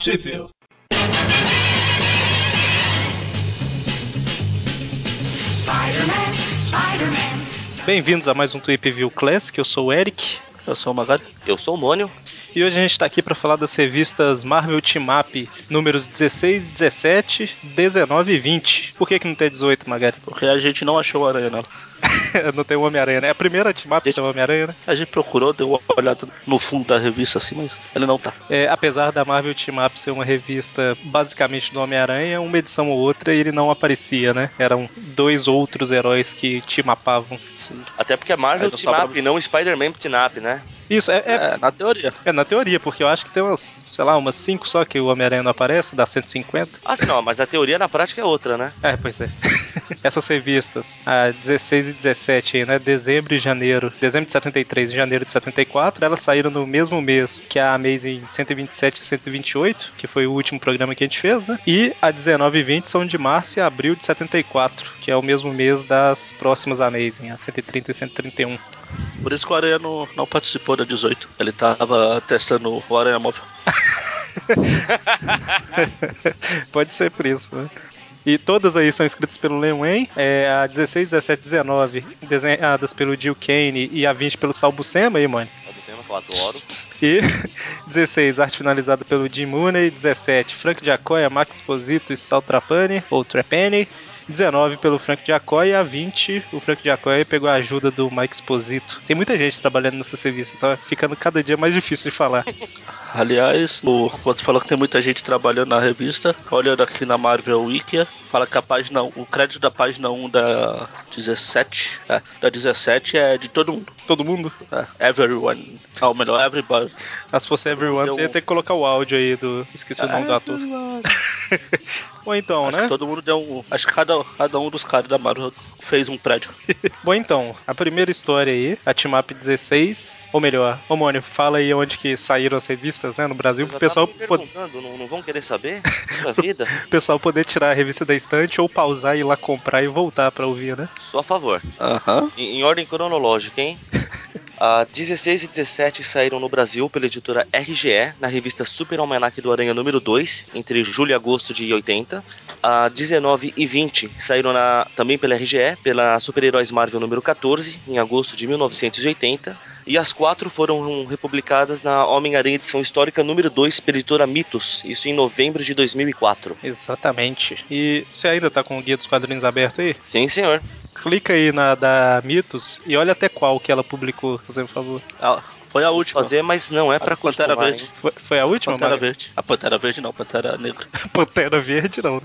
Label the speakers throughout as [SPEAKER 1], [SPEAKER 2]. [SPEAKER 1] Sheffield.
[SPEAKER 2] Spider-Man, Spider-Man.
[SPEAKER 3] Bem-vindos a mais um Tweep View Classic, eu sou o Eric.
[SPEAKER 4] Eu sou o Magari.
[SPEAKER 5] Eu sou o Mônio.
[SPEAKER 3] E hoje a gente está aqui para falar das revistas Marvel Team Up números 16, 17, 19 e 20. Por que, que não tem 18, Magari?
[SPEAKER 4] Porque a gente não achou o Aranha nela.
[SPEAKER 3] não tem o Homem-Aranha, né? É a primeira Team Up que
[SPEAKER 4] Gente.
[SPEAKER 3] tem o Homem-Aranha, né?
[SPEAKER 4] A gente procurou, deu uma olhada no fundo da revista assim, mas ele não tá.
[SPEAKER 3] É, apesar da Marvel Team Up ser uma revista basicamente do Homem-Aranha, uma edição ou outra ele não aparecia, né? Eram dois outros heróis que team upavam.
[SPEAKER 5] Até porque a Marvel
[SPEAKER 4] Aí não
[SPEAKER 5] Team
[SPEAKER 4] sobrava-
[SPEAKER 5] Up, não o Spider-Man Team Up, né?
[SPEAKER 3] Isso, é, é-
[SPEAKER 4] É, na teoria.
[SPEAKER 3] é na teoria, porque eu acho que tem umas, sei lá, umas 5 só que o Homem-Aranha não aparece, dá 150.
[SPEAKER 5] Ah, sim, não, mas a teoria na prática é outra, né?
[SPEAKER 3] É, pois é. Essas revistas, a 16 e 17 aí, né? Dezembro e janeiro. Dezembro de 73 e janeiro de 74, elas saíram no mesmo mês que a Amazing 127 e 128, que foi o último programa que a gente fez, né? E a 19 e 20 são de março e abril de 74, que é o mesmo mês das próximas Amazing, a 130 e 131.
[SPEAKER 4] Por isso que o Aranha não, não participou da 18. Ele tava testando o Aranha Móvel.
[SPEAKER 3] Pode ser por isso, né? E todas aí são escritas pelo Len Wayne, é, a 16, 17, 19, desenhadas ah, pelo Jill Kane e a 20 pelo Sal Buscema aí, mano.
[SPEAKER 5] Sabe o tema que Eu adoro.
[SPEAKER 3] E 16, arte finalizada pelo Jim Mooney. 17, Frank Giacoya, Max Posito e Sal Trapani, ou Trapani. 19 pelo Frank Giacoya e a 20 o Frank Giacoya pegou a ajuda do Mike Exposito. Tem muita gente trabalhando nessa serviço, tá ficando cada dia mais difícil de falar.
[SPEAKER 4] Aliás, o, você falou que tem muita gente trabalhando na revista. Olhando aqui na Marvel Wiki, fala que a página, o crédito da página 1 da 17, é, da 17 é de todo mundo.
[SPEAKER 3] Todo mundo?
[SPEAKER 4] É, everyone. Ou melhor, everybody.
[SPEAKER 3] Ah, se fosse Everyone,
[SPEAKER 4] Deu
[SPEAKER 3] você ia
[SPEAKER 4] um-
[SPEAKER 3] ter que colocar o áudio aí do. Esqueci o nome do ator. Bom, então,
[SPEAKER 4] Acho que
[SPEAKER 3] né?
[SPEAKER 4] todo mundo deu um. Acho que cada, cada um dos caras da Marvel fez um prédio.
[SPEAKER 3] Bom, então, a primeira história aí, a Timap 16, ou melhor, ô Mônio, fala aí onde que saíram as revistas, né, no Brasil,
[SPEAKER 5] Eu já
[SPEAKER 3] pro pessoal
[SPEAKER 5] tava me
[SPEAKER 3] poder.
[SPEAKER 5] perguntando, não, não vão querer saber? Puxa vida,
[SPEAKER 3] o pessoal poder tirar a revista da estante ou pausar e ir lá comprar e voltar pra ouvir, né?
[SPEAKER 5] sou a favor.
[SPEAKER 4] Aham.
[SPEAKER 5] Em, em ordem cronológica, hein? A 16 e 17 saíram no Brasil pela editora RGE, na revista Super Almanac do Aranha número 2, entre julho e agosto de 80. A 19 e 20 saíram na- também pela RGE, pela Super Heróis Marvel número 14, em agosto de 1980. E as quatro foram hum, republicadas na Homem-Aranha edição histórica número 2, pela editora Mitos, isso em novembro de 2004.
[SPEAKER 3] Exatamente. E você ainda tá com o guia dos quadrinhos aberto aí?
[SPEAKER 5] Sim, senhor.
[SPEAKER 3] Clica aí na da Mitos e olha até qual que ela publicou, fazendo um favor.
[SPEAKER 4] Ah, foi a última.
[SPEAKER 5] Fazer, mas não é pra
[SPEAKER 4] a Pantera
[SPEAKER 5] acostumar,
[SPEAKER 4] Verde.
[SPEAKER 5] hein?
[SPEAKER 3] Foi, foi a última?
[SPEAKER 4] Pantera
[SPEAKER 3] Maga?
[SPEAKER 4] Verde. A Pantera Verde não, Pantera Negra.
[SPEAKER 3] Pantera Verde, não. né?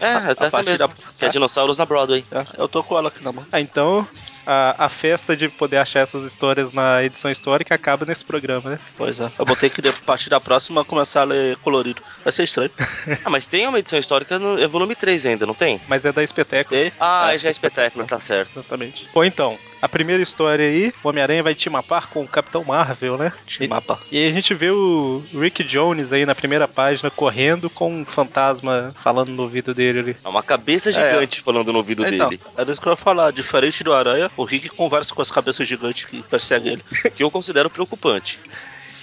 [SPEAKER 5] É, até essa
[SPEAKER 4] partir
[SPEAKER 5] mesmo.
[SPEAKER 4] da-
[SPEAKER 5] Que é Dinossauros na Broadway.
[SPEAKER 4] É, eu tô com ela aqui na mão.
[SPEAKER 3] Ah, então a, a festa de poder achar essas histórias na edição histórica acaba nesse programa, né?
[SPEAKER 4] Pois é. Eu vou ter que, de- a partir da próxima, começar a ler colorido. Vai ser estranho.
[SPEAKER 5] Ah, mas tem uma edição histórica, no, é volume 3 ainda, não tem?
[SPEAKER 3] Mas é da Espeteco.
[SPEAKER 4] E,
[SPEAKER 5] Ah, já é espetáculo, tá certo.
[SPEAKER 3] Exatamente. Bom, então, a primeira história aí, o Homem-Aranha vai te mapar com o Capitão Marvel, né?
[SPEAKER 4] de mapa.
[SPEAKER 3] E aí a gente vê o Rick Jones aí na primeira página correndo com um fantasma falando no ouvido dele ali.
[SPEAKER 5] É uma cabeça gigante falando no ouvido
[SPEAKER 4] Então,
[SPEAKER 5] dele.
[SPEAKER 4] era isso que eu ia falar. Diferente do Aranha, o Rick conversa com as cabeças gigantes que perseguem ele.
[SPEAKER 5] Que eu considero preocupante.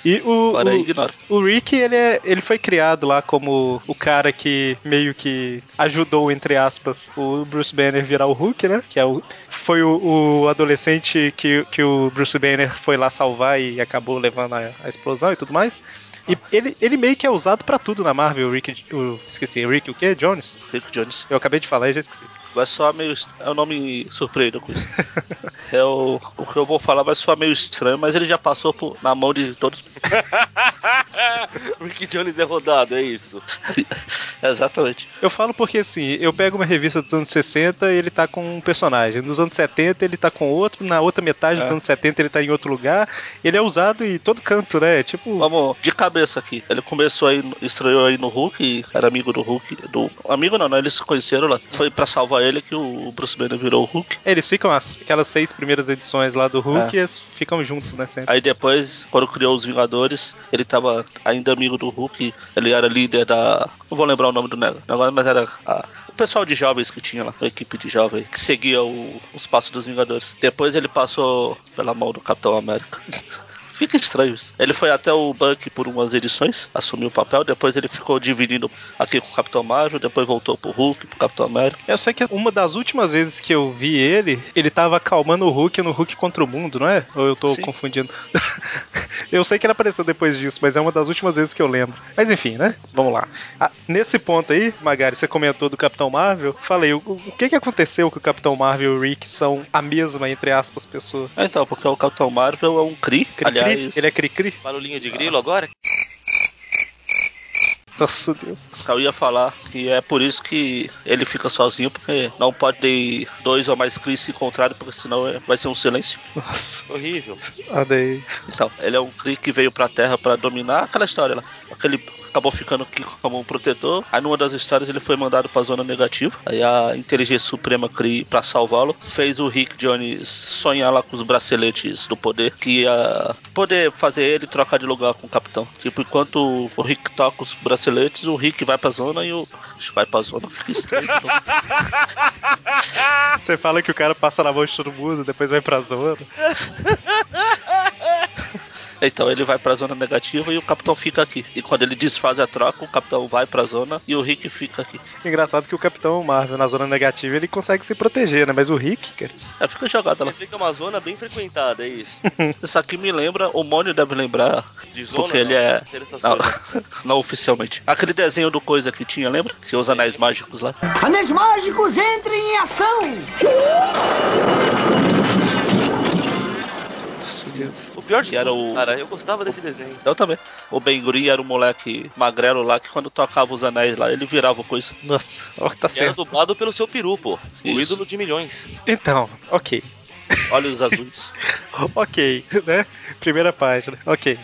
[SPEAKER 3] E o,
[SPEAKER 4] O Aranha ignora.
[SPEAKER 3] o, o Rick, ele, é, ele foi criado lá como o cara que meio que ajudou, entre aspas, o Bruce Banner virar o Hulk, né? Que é o, foi o, o adolescente que, que o Bruce Banner foi lá salvar e acabou levando a, a explosão e tudo mais. E ele, ele meio que é usado pra tudo na Marvel, o Rick. O, esqueci, Rick o quê? Jones?
[SPEAKER 4] Rick Jones.
[SPEAKER 3] Eu acabei de falar e já esqueci.
[SPEAKER 4] Vai soar meio. est- É um nome surpreendente com isso. É o, o que eu vou falar vai soar meio estranho, mas ele já passou por- na mão de todos.
[SPEAKER 5] Rick Jones é rodado, é isso.
[SPEAKER 4] Exatamente.
[SPEAKER 3] Eu falo porque assim, eu pego uma revista dos anos 60 e ele tá com um personagem. Nos anos 70 ele tá com outro, na outra metade dos
[SPEAKER 4] É.
[SPEAKER 3] anos 70 ele tá em outro lugar. Ele é usado em todo canto, né? É Tipo,
[SPEAKER 4] Vamos de cabeça aqui. Ele começou aí, no- estreou aí no Hulk, e era amigo do Hulk. Do... Amigo não, não, eles se conheceram lá. Foi pra salvar ele que o Bruce Banner virou o Hulk.
[SPEAKER 3] eles ficam as- aquelas seis primeiras edições lá do Hulk e eles ficam juntos, né? Sempre.
[SPEAKER 4] Aí depois, quando criou os Vingadores, ele tava ainda amigo do Hulk. Ele era líder da. Não vou lembrar o nome do nego- negócio, mas era a- o pessoal de jovens que tinha lá, a equipe de jovens, que seguia o- os passos dos Vingadores. Depois ele passou pela mão do Capitão América. Fica estranho isso. Ele foi até o Buck por umas edições, assumiu o papel, depois ele ficou dividindo aqui com o Capitão Marvel, depois voltou pro Hulk, pro Capitão América.
[SPEAKER 3] Eu sei que uma das últimas vezes que eu vi ele, ele tava acalmando o Hulk no Hulk contra o mundo, não é? Ou eu tô
[SPEAKER 4] Sim.
[SPEAKER 3] confundindo? eu sei que ele apareceu depois disso, mas é uma das últimas vezes que eu lembro. Mas enfim, né? Vamos lá. Ah, nesse ponto aí, Magari, você comentou do Capitão Marvel. Falei, o, o que que aconteceu que o Capitão Marvel e o Rick são a mesma, entre aspas, pessoa?
[SPEAKER 4] Ah, Então, porque o Capitão Marvel é um Cree,
[SPEAKER 3] Cri-cri?
[SPEAKER 4] aliás,
[SPEAKER 3] Ele é cri-cri?
[SPEAKER 5] Barulhinho de grilo agora?
[SPEAKER 3] Nossa, Deus.
[SPEAKER 4] eu ia falar que é por isso que ele fica sozinho, porque não pode dois ou mais Cree se encontrarem, porque senão é- vai ser um silêncio.
[SPEAKER 3] Nossa.
[SPEAKER 5] Horrível.
[SPEAKER 3] Olha aí.
[SPEAKER 4] Então, ele é um Kree que veio pra Terra pra dominar aquela história lá. Aquele acabou ficando aqui como um protetor. Aí numa das histórias ele foi mandado pra zona negativa. Aí a inteligência suprema Kree pra salvá-lo fez o Rick Jones sonhar lá com os braceletes do poder que ia poder fazer ele trocar de lugar com o capitão. Tipo, enquanto o Rick toca os braceletes, o Rick vai pra zona e o Acho que vai pra zona, fica estranho. então.
[SPEAKER 3] Você fala que o cara passa na mão de todo mundo, depois vai pra zona.
[SPEAKER 4] Então ele vai pra zona negativa e o capitão fica aqui. E quando ele desfaz a troca, o capitão vai pra zona e o Rick fica aqui.
[SPEAKER 3] Engraçado que o Capitão Marvel, na zona negativa, ele consegue se proteger, né? Mas o Rick, cara.
[SPEAKER 4] É, fica jogado lá.
[SPEAKER 5] Quer dizer que é uma zona bem frequentada, é isso?
[SPEAKER 4] Isso aqui me lembra, o Mônio deve lembrar,
[SPEAKER 5] De zona?
[SPEAKER 4] porque ele
[SPEAKER 5] não.
[SPEAKER 4] é.
[SPEAKER 5] Ter essas
[SPEAKER 4] Não,
[SPEAKER 5] coisas.
[SPEAKER 4] não oficialmente. Aquele desenho do coisa que tinha, lembra? Que os anéis mágicos lá.
[SPEAKER 1] Anéis mágicos entrem em ação!
[SPEAKER 3] Nossa, Deus.
[SPEAKER 5] O pior de
[SPEAKER 4] Que era
[SPEAKER 5] tudo,
[SPEAKER 4] o-
[SPEAKER 5] Cara, eu gostava desse desenho.
[SPEAKER 4] Eu também. O Ben Guri era um moleque magrelo lá que quando tocava os anéis lá, ele virava o coisa.
[SPEAKER 3] Nossa, ó, tá
[SPEAKER 5] E era
[SPEAKER 3] certo.
[SPEAKER 5] dublado pelo seu peru, pô. O
[SPEAKER 4] Isso.
[SPEAKER 5] ídolo de milhões.
[SPEAKER 3] Então, ok.
[SPEAKER 4] Olhos azuis.
[SPEAKER 3] Ok, né? Primeira página. Ok.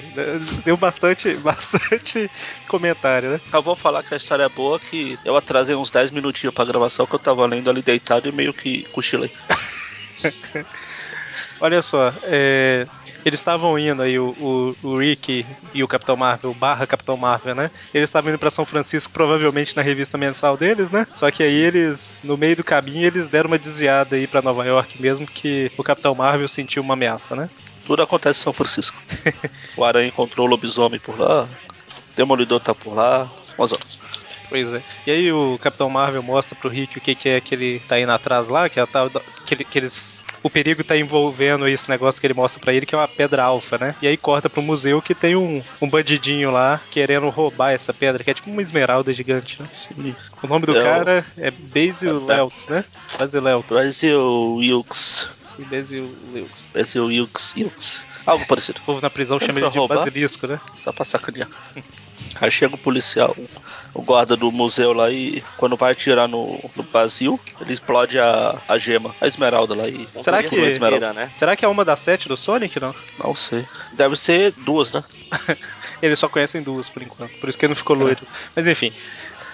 [SPEAKER 3] Deu bastante, bastante comentário, né?
[SPEAKER 4] Eu vou falar que a história é boa, que eu atrasei uns 10 minutinhos pra gravação, que eu tava lendo ali deitado e meio que cochilei.
[SPEAKER 3] Olha só, é, eles estavam indo aí, o, o, o Rick e o Capitão Marvel, barra Capitão Marvel, né? Eles estavam indo pra São Francisco, provavelmente na revista mensal deles, né? Só que aí eles, no meio do caminho, eles deram uma desviada aí pra Nova York mesmo, que o Capitão Marvel sentiu uma ameaça, né?
[SPEAKER 4] Tudo acontece em São Francisco. O Aranha encontrou o lobisomem por lá, Demolidor tá por lá. Mas ó,
[SPEAKER 3] Pois é. E aí o Capitão Marvel mostra pro Rick o que, que é que ele tá indo atrás lá, que, é a tal da- que, ele- que eles. O perigo tá envolvendo esse negócio que ele mostra pra ele, que é uma pedra alfa, né? E aí corta pro museu que tem um, um bandidinho lá querendo roubar essa pedra, que é tipo uma esmeralda gigante, né? O nome do
[SPEAKER 4] É o-
[SPEAKER 3] cara é Basil
[SPEAKER 4] Tá.
[SPEAKER 3] Leltz, né? Basil Leltz.
[SPEAKER 4] Brasil Wilkes.
[SPEAKER 3] Sim, Basil Leltz.
[SPEAKER 4] Brasil Wilkes Wilkes. Algo parecido.
[SPEAKER 3] O povo na prisão
[SPEAKER 4] Ele
[SPEAKER 3] chama
[SPEAKER 4] foi
[SPEAKER 3] ele de
[SPEAKER 4] roubar?
[SPEAKER 3] basilisco, né?
[SPEAKER 4] Só pra sacanear. Aí chega o policial, o guarda do museu lá e quando vai atirar no, no Brasil, ele explode a, a gema, a esmeralda lá e.
[SPEAKER 3] Será
[SPEAKER 5] Não
[SPEAKER 3] que-
[SPEAKER 5] podia ser primeira, né?
[SPEAKER 3] Será que é uma das sete do Sonic, não?
[SPEAKER 4] Não sei. Deve ser duas, né?
[SPEAKER 3] Eles só conhecem duas por enquanto, por isso que ele não
[SPEAKER 4] É.
[SPEAKER 3] ficou loiro. Mas enfim,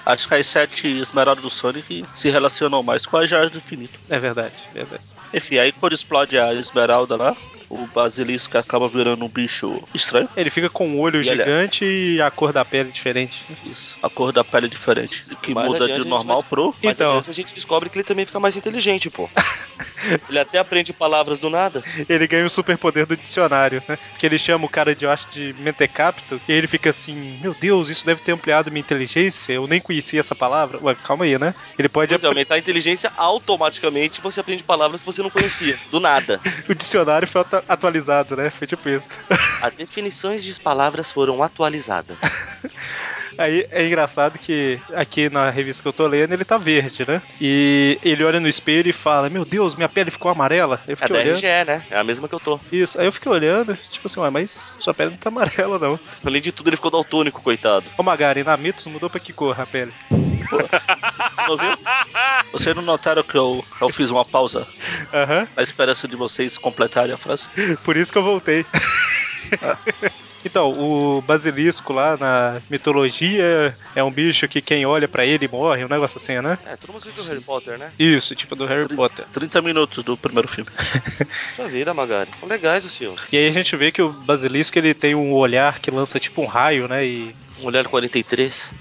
[SPEAKER 4] Acho que as sete esmeraldas do Sonic se relacionam mais com as joias do infinito.
[SPEAKER 3] é verdade, verdade.
[SPEAKER 4] Enfim, aí quando explode a esmeralda lá, o basilisco acaba virando um bicho estranho.
[SPEAKER 3] Ele fica com um olho
[SPEAKER 4] E olha-
[SPEAKER 3] gigante e a cor da pele diferente.
[SPEAKER 4] Isso. A cor da pele é diferente. Que
[SPEAKER 5] Mais
[SPEAKER 4] muda
[SPEAKER 5] adiante a
[SPEAKER 4] de
[SPEAKER 5] gente
[SPEAKER 4] normal
[SPEAKER 5] vai-
[SPEAKER 4] pro.
[SPEAKER 5] Mas
[SPEAKER 3] Então.
[SPEAKER 5] então. a gente descobre que ele também fica mais inteligente, pô. ele até aprende palavras do nada.
[SPEAKER 3] Ele ganha o superpoder do dicionário, né? Porque ele chama o cara de, eu acho, de mentecapto e ele fica assim, meu Deus, isso deve ter ampliado minha inteligência, eu nem conhecia essa palavra. Ué, calma aí, né? Ele pode...
[SPEAKER 5] Você aumentar a inteligência automaticamente, você aprende palavras que você não conhecia. Do nada.
[SPEAKER 3] O dicionário foi atu- atualizado, né? Foi tipo isso.
[SPEAKER 5] As definições de palavras foram atualizadas.
[SPEAKER 3] Aí é engraçado que aqui na revista que eu tô lendo, ele tá verde, né? E ele olha no espelho e fala, meu Deus, minha pele ficou amarela. Eu
[SPEAKER 5] É
[SPEAKER 3] fiquei
[SPEAKER 5] da
[SPEAKER 3] olhando.
[SPEAKER 5] RGE, né? É a mesma que eu tô.
[SPEAKER 3] Isso. Aí eu fiquei olhando, tipo assim, ué, mas sua pele não tá amarela, não.
[SPEAKER 5] Além de tudo, ele ficou daltônico, coitado.
[SPEAKER 3] Ô Magari, na Mitos mudou pra que cor a pele?
[SPEAKER 4] Não viu? Vocês não notaram que eu, eu fiz uma pausa
[SPEAKER 3] Aham,
[SPEAKER 4] na esperança de vocês completarem a frase?
[SPEAKER 3] por isso que eu voltei. Então, o basilisco lá na mitologia é um bicho que quem olha pra ele morre, um negócio assim, né?
[SPEAKER 5] É, todo mundo assistiu Harry Potter, né?
[SPEAKER 3] Isso, tipo do Harry Potter.
[SPEAKER 4] 30 minutos do primeiro filme.
[SPEAKER 5] Já vira, Magari. São legais os filmes.
[SPEAKER 3] E aí a gente vê que o basilisco ele tem um olhar que lança tipo um raio, né? E
[SPEAKER 5] Mulher 43.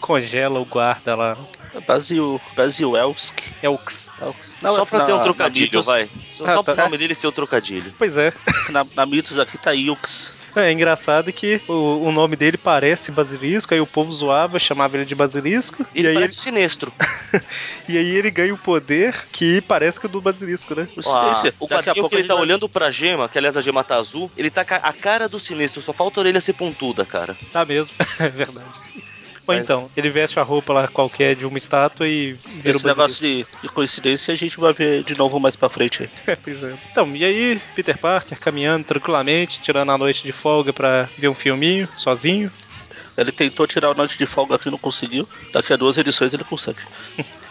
[SPEAKER 3] congela o guarda lá. é
[SPEAKER 4] Basil, Basil Elsk.
[SPEAKER 3] Elks.
[SPEAKER 4] Elks.
[SPEAKER 5] só pra
[SPEAKER 4] na-
[SPEAKER 5] ter um
[SPEAKER 4] na
[SPEAKER 5] trocadilho,
[SPEAKER 4] Mythos-
[SPEAKER 5] vai. Só,
[SPEAKER 3] Ah,
[SPEAKER 5] só
[SPEAKER 3] tá.
[SPEAKER 5] pro nome dele ser o trocadilho.
[SPEAKER 3] Pois é.
[SPEAKER 4] Na, na Mitos aqui tá Ilks.
[SPEAKER 3] É engraçado que o, o nome dele parece Basilisco, aí o povo zoava, chamava ele de Basilisco,
[SPEAKER 5] Ele
[SPEAKER 3] e aí
[SPEAKER 5] parece o Sinestro.
[SPEAKER 3] E aí ele ganha o poder que parece que o do Basilisco, né?
[SPEAKER 4] Coincidência.
[SPEAKER 5] o
[SPEAKER 4] Daqui a
[SPEAKER 5] quadrinho
[SPEAKER 4] pouco
[SPEAKER 5] que ele
[SPEAKER 4] a gente
[SPEAKER 5] tá
[SPEAKER 4] vai-
[SPEAKER 5] olhando pra gema, que aliás a gema tá azul, ele tá ca- a cara do Sinestro, só falta a orelha ser pontuda, cara.
[SPEAKER 3] Tá mesmo, é verdade. Ou
[SPEAKER 5] Mas-
[SPEAKER 3] então, ele veste a roupa lá qualquer de uma estátua e vira o
[SPEAKER 4] Esse
[SPEAKER 3] Basilisco.
[SPEAKER 4] negócio de, de coincidência a gente vai ver de novo mais pra frente aí.
[SPEAKER 3] Pois é. Então, e aí, Peter Parker caminhando tranquilamente, tirando a noite de folga pra ver um filminho, sozinho.
[SPEAKER 4] Ele tentou tirar o note de folga aqui, não conseguiu. Daqui a duas edições ele consegue.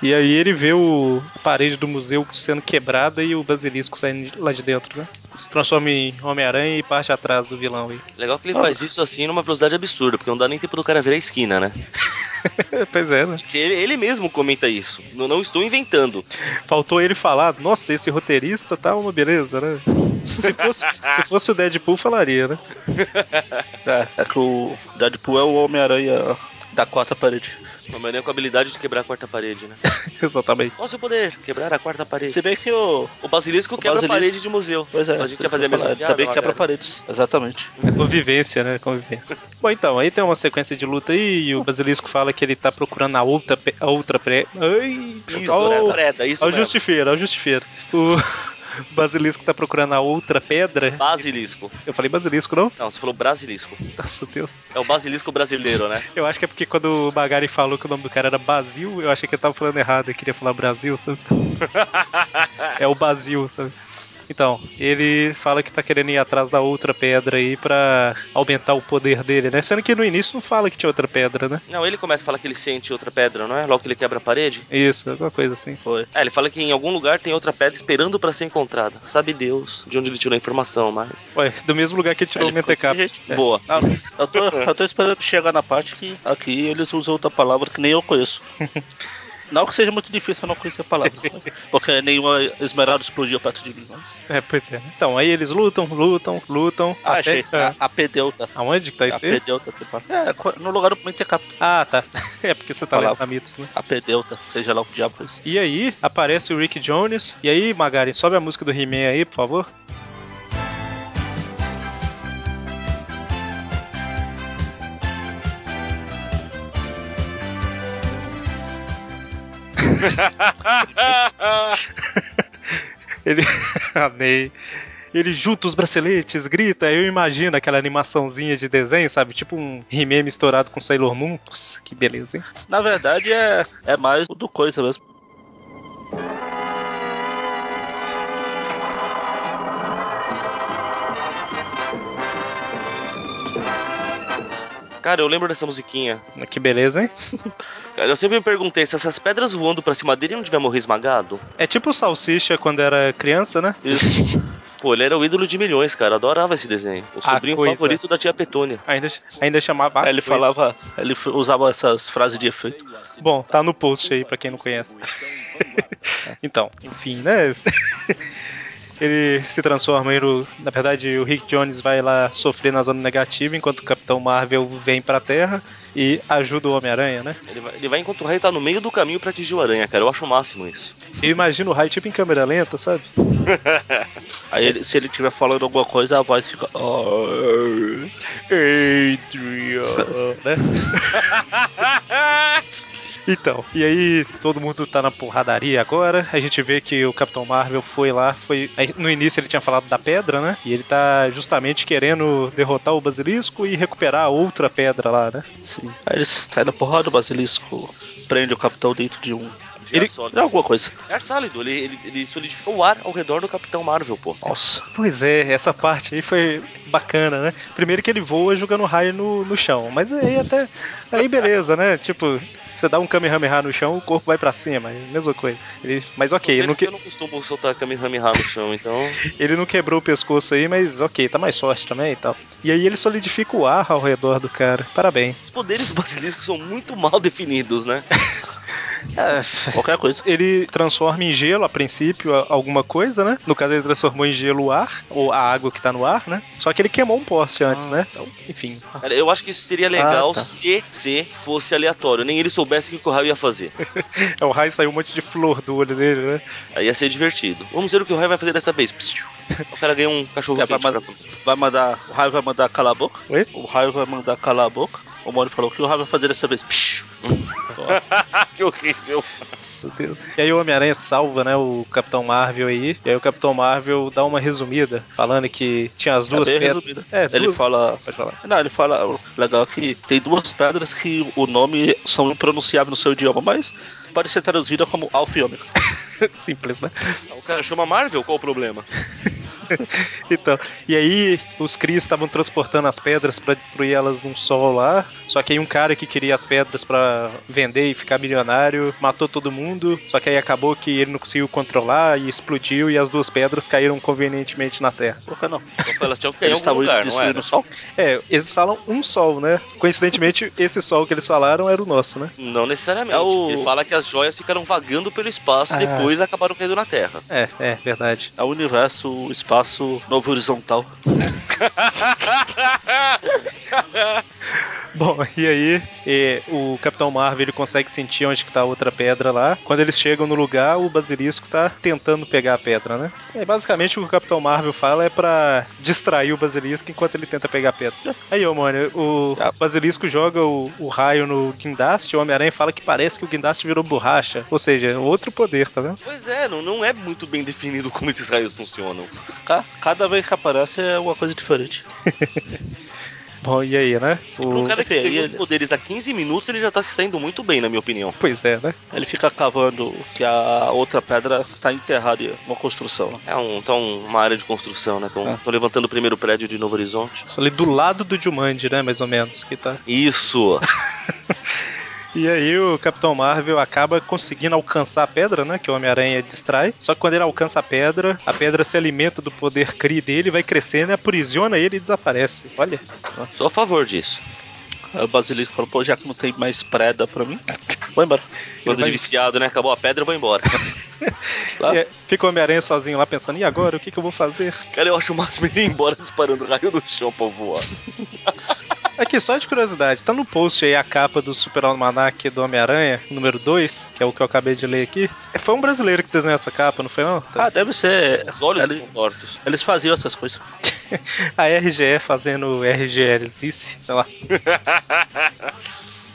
[SPEAKER 3] E aí ele vê o, a parede do museu sendo quebrada e o Basilisco saindo de- lá de dentro, né? Se transforma em Homem-Aranha e parte atrás do vilão aí.
[SPEAKER 5] Legal que ele faz isso assim numa velocidade absurda, porque não dá nem tempo do cara virar a esquina, né?
[SPEAKER 3] pois é, né?
[SPEAKER 5] Porque Ele, ele mesmo comenta isso. Não, não estou inventando.
[SPEAKER 3] Faltou ele falar, nossa, esse roteirista tá uma beleza, né? Se fosse, se fosse o Deadpool, falaria, né?
[SPEAKER 4] É, é que o Deadpool é o Homem-Aranha da quarta parede.
[SPEAKER 5] Homem-Aranha com a habilidade de quebrar a quarta parede, né?
[SPEAKER 3] Exatamente.
[SPEAKER 5] Nosso poder, quebrar a quarta parede.
[SPEAKER 4] Se bem que o.
[SPEAKER 5] O basilisco
[SPEAKER 4] O
[SPEAKER 5] quebra
[SPEAKER 4] basilisco-
[SPEAKER 5] a parede de museu.
[SPEAKER 4] Pois é,
[SPEAKER 5] A gente ia fazer a
[SPEAKER 4] eu ia
[SPEAKER 5] mesma
[SPEAKER 4] falar,
[SPEAKER 5] piada,
[SPEAKER 4] Também
[SPEAKER 5] ó,
[SPEAKER 4] quebra
[SPEAKER 5] cara.
[SPEAKER 4] é paredes. Exatamente.
[SPEAKER 3] É convivência, né? Convivência. Bom, então, aí tem uma sequência de luta aí e o Basilisco fala que ele tá procurando a outra, pe- a outra pré. Ai,
[SPEAKER 5] Isso,
[SPEAKER 3] ó,
[SPEAKER 5] oh, Preda, isso
[SPEAKER 3] ó o
[SPEAKER 5] mesmo.
[SPEAKER 3] justifeiro, ó o justifeiro. O o Basilisco tá procurando a outra pedra.
[SPEAKER 5] Basilisco.
[SPEAKER 3] Eu falei Basilisco, não?
[SPEAKER 5] Não, você falou brasilisco.
[SPEAKER 3] Nossa, Deus.
[SPEAKER 5] É o basilisco brasileiro, né?
[SPEAKER 3] Eu acho que é porque quando o Magari falou que o nome do cara era Basil, eu achei que ele tava falando errado, eu queria falar Brasil, sabe? é o Basil, sabe? Então, ele fala que tá querendo ir atrás da outra pedra aí pra aumentar o poder dele, né? Sendo que no início não fala que tinha outra pedra, né?
[SPEAKER 5] Não, ele começa a falar que ele sente outra pedra, não é? Logo que ele quebra a parede.
[SPEAKER 3] Isso, alguma coisa assim.
[SPEAKER 4] Foi.
[SPEAKER 5] É, ele fala que em algum lugar tem outra pedra esperando pra ser encontrada. Sabe Deus de onde ele tirou a informação, mas.
[SPEAKER 3] Ué, do mesmo lugar que ele tirou
[SPEAKER 4] Ele
[SPEAKER 3] o
[SPEAKER 4] ficou
[SPEAKER 3] Mentecap.
[SPEAKER 4] desse jeito.
[SPEAKER 5] Boa.
[SPEAKER 4] Não, eu tô, eu tô esperando chegar na parte que aqui eles usam outra palavra que nem eu conheço. Não que seja muito difícil eu não conhecer palavras, mas- porque nenhuma esmeralda explodiu perto de mim. mas-
[SPEAKER 3] É, pois é. Então, aí eles lutam, lutam, lutam.
[SPEAKER 4] Ah,
[SPEAKER 3] até-
[SPEAKER 4] achei.
[SPEAKER 3] Ah,
[SPEAKER 4] A, a Pedeuta.
[SPEAKER 3] Aonde que tá
[SPEAKER 4] A
[SPEAKER 3] isso aí?
[SPEAKER 4] Pedeuta que fala. É, co- no lugar do Mentecap.
[SPEAKER 3] Ah, tá. É porque você tá
[SPEAKER 4] Fala.
[SPEAKER 3] lendo na Mitos, né?
[SPEAKER 4] A Pedeuta, seja lá o que diabo foi isso.
[SPEAKER 3] E aí, aparece o Rick Jones. E aí, Magari, sobe a música do He-Man aí, por favor. Ele. Amei. Ele junta os braceletes, grita, eu imagino aquela animaçãozinha de desenho, sabe? Tipo um He-Man misturado com Sailor Moon. Nossa, que beleza, hein?
[SPEAKER 4] Na verdade, é, é mais o do coisa mesmo.
[SPEAKER 5] Cara, eu lembro dessa musiquinha.
[SPEAKER 3] Que beleza, hein?
[SPEAKER 5] Cara, eu sempre me perguntei se essas pedras voando pra cima dele não tiver morrer esmagado.
[SPEAKER 3] É tipo o Salsicha quando era criança, né?
[SPEAKER 4] Isso.
[SPEAKER 5] Pô, ele era o ídolo de milhões, cara. Adorava esse desenho. O
[SPEAKER 3] A
[SPEAKER 5] sobrinho
[SPEAKER 3] coisa.
[SPEAKER 5] favorito da tia Petônia.
[SPEAKER 3] Ainda, ainda chamava.
[SPEAKER 4] Aí ele
[SPEAKER 3] Coisa.
[SPEAKER 4] falava, ele f- usava essas frases de efeito.
[SPEAKER 3] Bom, tá no post aí pra quem não conhece. então, enfim, né? Ele se transforma aí no. Na verdade, o Rick Jones vai lá sofrer na zona negativa enquanto o Capitão Marvel vem pra Terra e ajuda o Homem-Aranha, né?
[SPEAKER 5] Ele vai, ele vai encontrar o rei tá no meio do caminho pra atingir o aranha, cara. Eu acho o máximo isso.
[SPEAKER 3] Eu imagino o raio tipo em câmera lenta, sabe?
[SPEAKER 4] Aí ele- se ele estiver falando alguma coisa, a voz fica.
[SPEAKER 3] Adrian, né? Então, e aí todo mundo tá na porradaria agora. A gente vê que o Capitão Marvel foi lá, foi. aí, No início ele tinha falado da pedra, né? E ele tá justamente querendo derrotar o basilisco e recuperar a outra pedra lá, né?
[SPEAKER 4] Sim. Aí ele sai na porrada, o basilisco prende o capitão dentro de um.
[SPEAKER 3] Ele-
[SPEAKER 5] Ar sólido.
[SPEAKER 4] De alguma coisa.
[SPEAKER 5] Ar sólido. É Ele, ele, ele solidifica o ar ao redor do Capitão Marvel, pô.
[SPEAKER 4] Nossa.
[SPEAKER 3] Pois é, essa parte aí foi bacana, né? Primeiro que ele voa jogando raio no, no chão, mas aí até. Aí beleza, né? Tipo, você dá um Kamehameha no chão, o corpo vai pra cima, é a mesma coisa. Ele, mas ok,
[SPEAKER 5] Você
[SPEAKER 3] ele não,
[SPEAKER 5] que
[SPEAKER 3] que,
[SPEAKER 5] eu não costumo soltar Kamehameha no chão, então.
[SPEAKER 3] Ele não quebrou o pescoço aí, mas ok, tá mais forte também e tal. E aí ele solidifica o ar ao redor do cara. Parabéns.
[SPEAKER 5] Os poderes do basilisco são muito mal definidos, né?
[SPEAKER 4] Qualquer coisa.
[SPEAKER 3] Ele transforma em gelo, a princípio, a- alguma coisa, né? No caso, ele transformou em gelo o ar, ou a água que tá no ar, né? Só que ele queimou um poste antes, né? Então, enfim.
[SPEAKER 5] Cara, Eu acho que isso seria legal
[SPEAKER 4] Ah, tá.
[SPEAKER 5] se, se fosse aleatório. Nem ele soubesse o que o raio ia fazer.
[SPEAKER 3] É, O raio saiu um monte de flor do olho dele, né?
[SPEAKER 5] Aí ia ser divertido. Vamos ver o que o raio vai fazer dessa vez. Pssiu. O cara ganhou um cachorro
[SPEAKER 4] É,
[SPEAKER 5] quente
[SPEAKER 4] mas-
[SPEAKER 5] pra...
[SPEAKER 4] Vai mandar. O raio vai mandar calar a boca.
[SPEAKER 3] Oi?
[SPEAKER 4] O raio vai mandar calar a boca. O Mônio falou o que o raio vai fazer dessa vez. Psh. Nossa,
[SPEAKER 5] Que horrível.
[SPEAKER 3] Nossa, Deus. E aí o Homem-Aranha salva, né, o Capitão Marvel aí. E aí o Capitão Marvel dá uma resumida, falando que tinha as duas
[SPEAKER 4] é bem
[SPEAKER 3] pedras.
[SPEAKER 4] resumido.
[SPEAKER 3] É,
[SPEAKER 4] Ele
[SPEAKER 3] duas-
[SPEAKER 4] fala.
[SPEAKER 3] Pode falar.
[SPEAKER 4] Não, ele fala. o Legal é que tem duas pedras que o nome são impronunciáveis no seu idioma, mas pode ser traduzida como alfiômica.
[SPEAKER 3] Simples, né?
[SPEAKER 5] O cara chama Marvel? Qual o problema?
[SPEAKER 3] Então, e aí os Cris estavam transportando as pedras pra destruir elas num sol lá. Só que aí um cara que queria as pedras pra vender e ficar milionário matou todo mundo. Só que aí acabou que ele não conseguiu controlar e explodiu e as duas pedras caíram convenientemente na Terra.
[SPEAKER 4] Por que não?
[SPEAKER 5] Então, elas tinham que cair em
[SPEAKER 4] Eles
[SPEAKER 5] algum
[SPEAKER 4] estavam indo
[SPEAKER 5] lugar, não
[SPEAKER 4] destruir
[SPEAKER 5] era?
[SPEAKER 4] no sol?
[SPEAKER 3] É, eles falam um sol, né? Coincidentemente, esse sol que eles falaram era o nosso, né?
[SPEAKER 5] Não necessariamente.
[SPEAKER 4] É o-
[SPEAKER 5] Ele fala que as joias ficaram vagando pelo espaço
[SPEAKER 3] Ah.
[SPEAKER 5] e depois acabaram caindo na Terra.
[SPEAKER 3] É, é, verdade.
[SPEAKER 4] É o universo, o espaço, novo horizontal.
[SPEAKER 3] Bom, e aí é, o Capitão Marvel ele consegue sentir onde que tá a outra pedra lá. Quando eles chegam no lugar, o Basilisco tá tentando pegar a pedra, né? É, basicamente o que o Capitão Marvel fala é pra distrair o Basilisco enquanto ele tenta pegar a pedra. Aí, ô mano, o
[SPEAKER 4] Ah.
[SPEAKER 3] Basilisco joga o, o raio no guindaste, o Homem-Aranha fala que parece que o guindaste virou borracha. Ou seja, outro poder, tá vendo?
[SPEAKER 5] Pois é, não, não é muito bem definido como esses raios funcionam.
[SPEAKER 4] Ca- Cada vez que aparece é uma coisa diferente.
[SPEAKER 3] Bom, e aí, né?
[SPEAKER 5] Pra um
[SPEAKER 3] O...
[SPEAKER 5] cara que
[SPEAKER 4] Pepe,
[SPEAKER 5] tem os
[SPEAKER 4] ele-
[SPEAKER 5] poderes há 15 minutos, ele já tá se saindo muito bem, na minha opinião.
[SPEAKER 3] Pois é, né?
[SPEAKER 4] Ele fica cavando que a outra pedra tá enterrada em uma construção. né?
[SPEAKER 5] É um, tá um- uma área de construção, né? Estão
[SPEAKER 4] Ah.
[SPEAKER 5] levantando o primeiro prédio de Novo Horizonte.
[SPEAKER 3] Isso ali do lado do Jumanji, né? Mais ou menos, que tá.
[SPEAKER 5] Isso!
[SPEAKER 3] E aí o Capitão Marvel acaba conseguindo alcançar a pedra, né? Que o Homem-Aranha distrai. Só que quando ele alcança a pedra, a pedra se alimenta do poder Kree dele, vai crescendo, né, aprisiona ele e desaparece. Olha.
[SPEAKER 5] Sou a favor disso.
[SPEAKER 4] Aí o Basilisco falou, pô, já que não tem mais preda pra mim, vou embora.
[SPEAKER 5] Quando
[SPEAKER 3] vai-
[SPEAKER 5] de viciado, né? Acabou a pedra, eu vou embora.
[SPEAKER 4] Claro.
[SPEAKER 3] E aí fica o Homem-Aranha sozinho lá pensando, e agora? O que, que eu vou fazer?
[SPEAKER 5] Cara, eu acho o máximo ele ir embora disparando raio do chão pra voar.
[SPEAKER 3] Aqui, só de curiosidade, tá no post aí a capa do Super Almanac do Homem-Aranha, número 2, que é o que eu acabei de ler aqui. Foi um brasileiro que desenhou essa capa, não foi não?
[SPEAKER 4] Ah, deve ser.
[SPEAKER 5] Os olhos
[SPEAKER 4] Ele-
[SPEAKER 5] estão tortos.
[SPEAKER 4] Eles faziam essas coisas.
[SPEAKER 3] A RGE fazendo RGLzice, sei lá.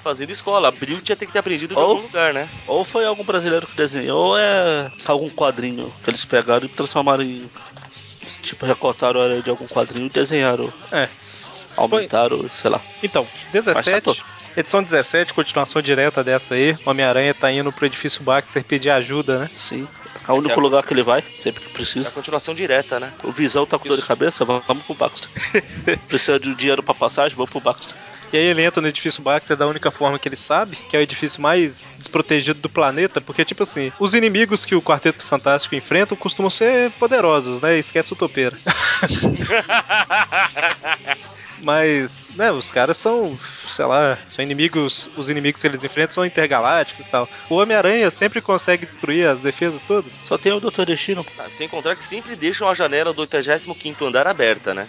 [SPEAKER 5] Fazendo escola. Abril tinha que ter aprendido de
[SPEAKER 4] Ou-
[SPEAKER 5] algum lugar, né?
[SPEAKER 4] Ou foi algum brasileiro que desenhou, ou é algum quadrinho que eles pegaram e transformaram em. Tipo, recortaram a área de algum quadrinho e desenharam.
[SPEAKER 3] É.
[SPEAKER 4] Aumentaram, sei lá.
[SPEAKER 3] Então,
[SPEAKER 4] Mas tá
[SPEAKER 3] 17,
[SPEAKER 4] todo.
[SPEAKER 3] edição 17, continuação direta dessa aí. Homem-Aranha tá indo pro edifício Baxter pedir ajuda, né?
[SPEAKER 4] Sim. É o único lugar que ele vai, sempre que
[SPEAKER 5] É a
[SPEAKER 4] precisa.
[SPEAKER 5] continuação direta, né?
[SPEAKER 4] O Visão tá com dor de cabeça, va- vamos pro Baxter. Precisa de um dinheiro pra passagem, vamos pro Baxter.
[SPEAKER 3] E aí ele entra no edifício Baxter da única forma que ele sabe, que é o edifício mais desprotegido do planeta, porque, tipo assim, os inimigos que o Quarteto Fantástico enfrenta costumam ser poderosos, né? Esquece o topeira. Mas, né, os caras são, sei lá, são inimigos, os inimigos que eles enfrentam são intergalácticos e tal. O Homem-Aranha sempre consegue destruir as defesas todas.
[SPEAKER 4] Só tem o Doutor Destino.
[SPEAKER 5] Ah, sem contar que sempre deixam a janela do 85 andar aberta, né?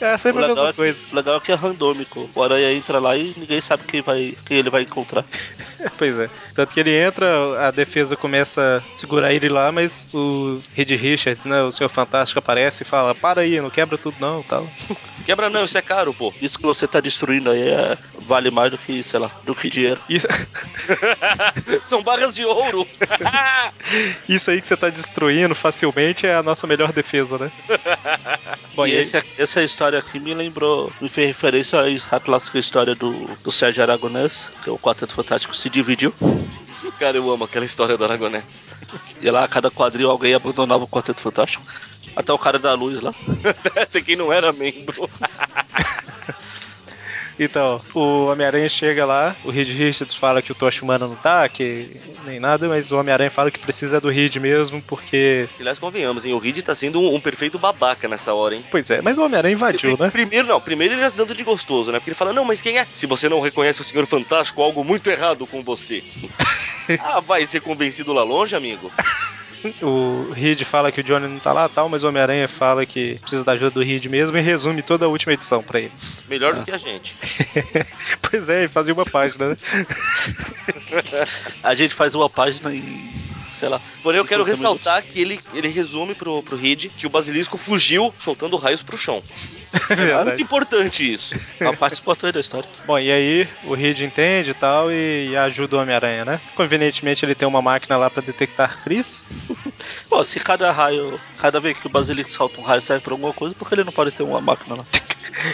[SPEAKER 3] É
[SPEAKER 4] O
[SPEAKER 3] sempre a
[SPEAKER 4] legal, é
[SPEAKER 3] mesma coisa.
[SPEAKER 4] que, o legal é que é randômico. O Aranha entra lá e ninguém sabe quem, vai, quem ele vai encontrar.
[SPEAKER 3] Pois é. Tanto que ele entra, a defesa começa a segurar ele lá, mas o Reed Richards, né, o Senhor Fantástico, aparece e fala: Para aí, não quebra tudo não tal.
[SPEAKER 5] Quebra não, isso é caro, pô.
[SPEAKER 4] Isso que você tá destruindo aí é- vale mais do que, sei lá, do que dinheiro.
[SPEAKER 3] Isso,
[SPEAKER 5] São barras de ouro.
[SPEAKER 3] isso aí que você tá destruindo facilmente é a nossa melhor defesa, né? Bom,
[SPEAKER 4] e
[SPEAKER 3] e aí-
[SPEAKER 4] esse- essa história aqui me lembrou, me fez referência à his- à clássica história do, do Sérgio Aragonés, que é o Quarteto Fantástico se dividiu,
[SPEAKER 5] Cara, eu amo aquela história da Aragonés.
[SPEAKER 4] e lá a cada quadril alguém abandonava o Quarteto Fantástico. Até o cara da luz lá.
[SPEAKER 5] Até quem não era membro.
[SPEAKER 3] Então, o Homem-Aranha chega lá, o Reed Richards fala que o Tocha Humana não tá, que nem nada, mas o Homem-Aranha fala que precisa do Reed mesmo, porque.
[SPEAKER 5] E nós convenhamos, hein? O Reed tá sendo um, um perfeito babaca nessa hora, hein?
[SPEAKER 3] Pois é, mas o Homem-Aranha invadiu, né?
[SPEAKER 5] Primeiro, não, primeiro ele já se dando de gostoso, né? Porque ele fala, não, mas quem é? Se você não reconhece o Senhor Fantástico, há algo muito errado com você. ah, vai ser convencido lá longe, amigo?
[SPEAKER 3] O Reed fala que o Johnny não tá lá tal, mas o Homem-Aranha fala que precisa da ajuda do Reed mesmo e resume toda a última edição pra ele.
[SPEAKER 5] Melhor do que a gente.
[SPEAKER 3] pois é, ele fazia uma página, né?
[SPEAKER 4] A gente faz uma página e. sei lá.
[SPEAKER 5] Porém, eu
[SPEAKER 4] 50
[SPEAKER 5] quero
[SPEAKER 4] minutos.
[SPEAKER 5] ressaltar que ele, ele resume pro, pro Reed que o basilisco fugiu soltando raios pro chão. É muito
[SPEAKER 3] Verdade.
[SPEAKER 5] importante isso.
[SPEAKER 4] Uma parte importante da história.
[SPEAKER 3] Bom, e aí o Reed entende e tal e, e ajuda o Homem-Aranha, né? Convenientemente ele tem uma máquina lá pra detectar Chris.
[SPEAKER 4] Bom, se cada raio, cada vez que o Basilico solta um raio serve pra alguma coisa, por que ele não pode ter uma máquina lá?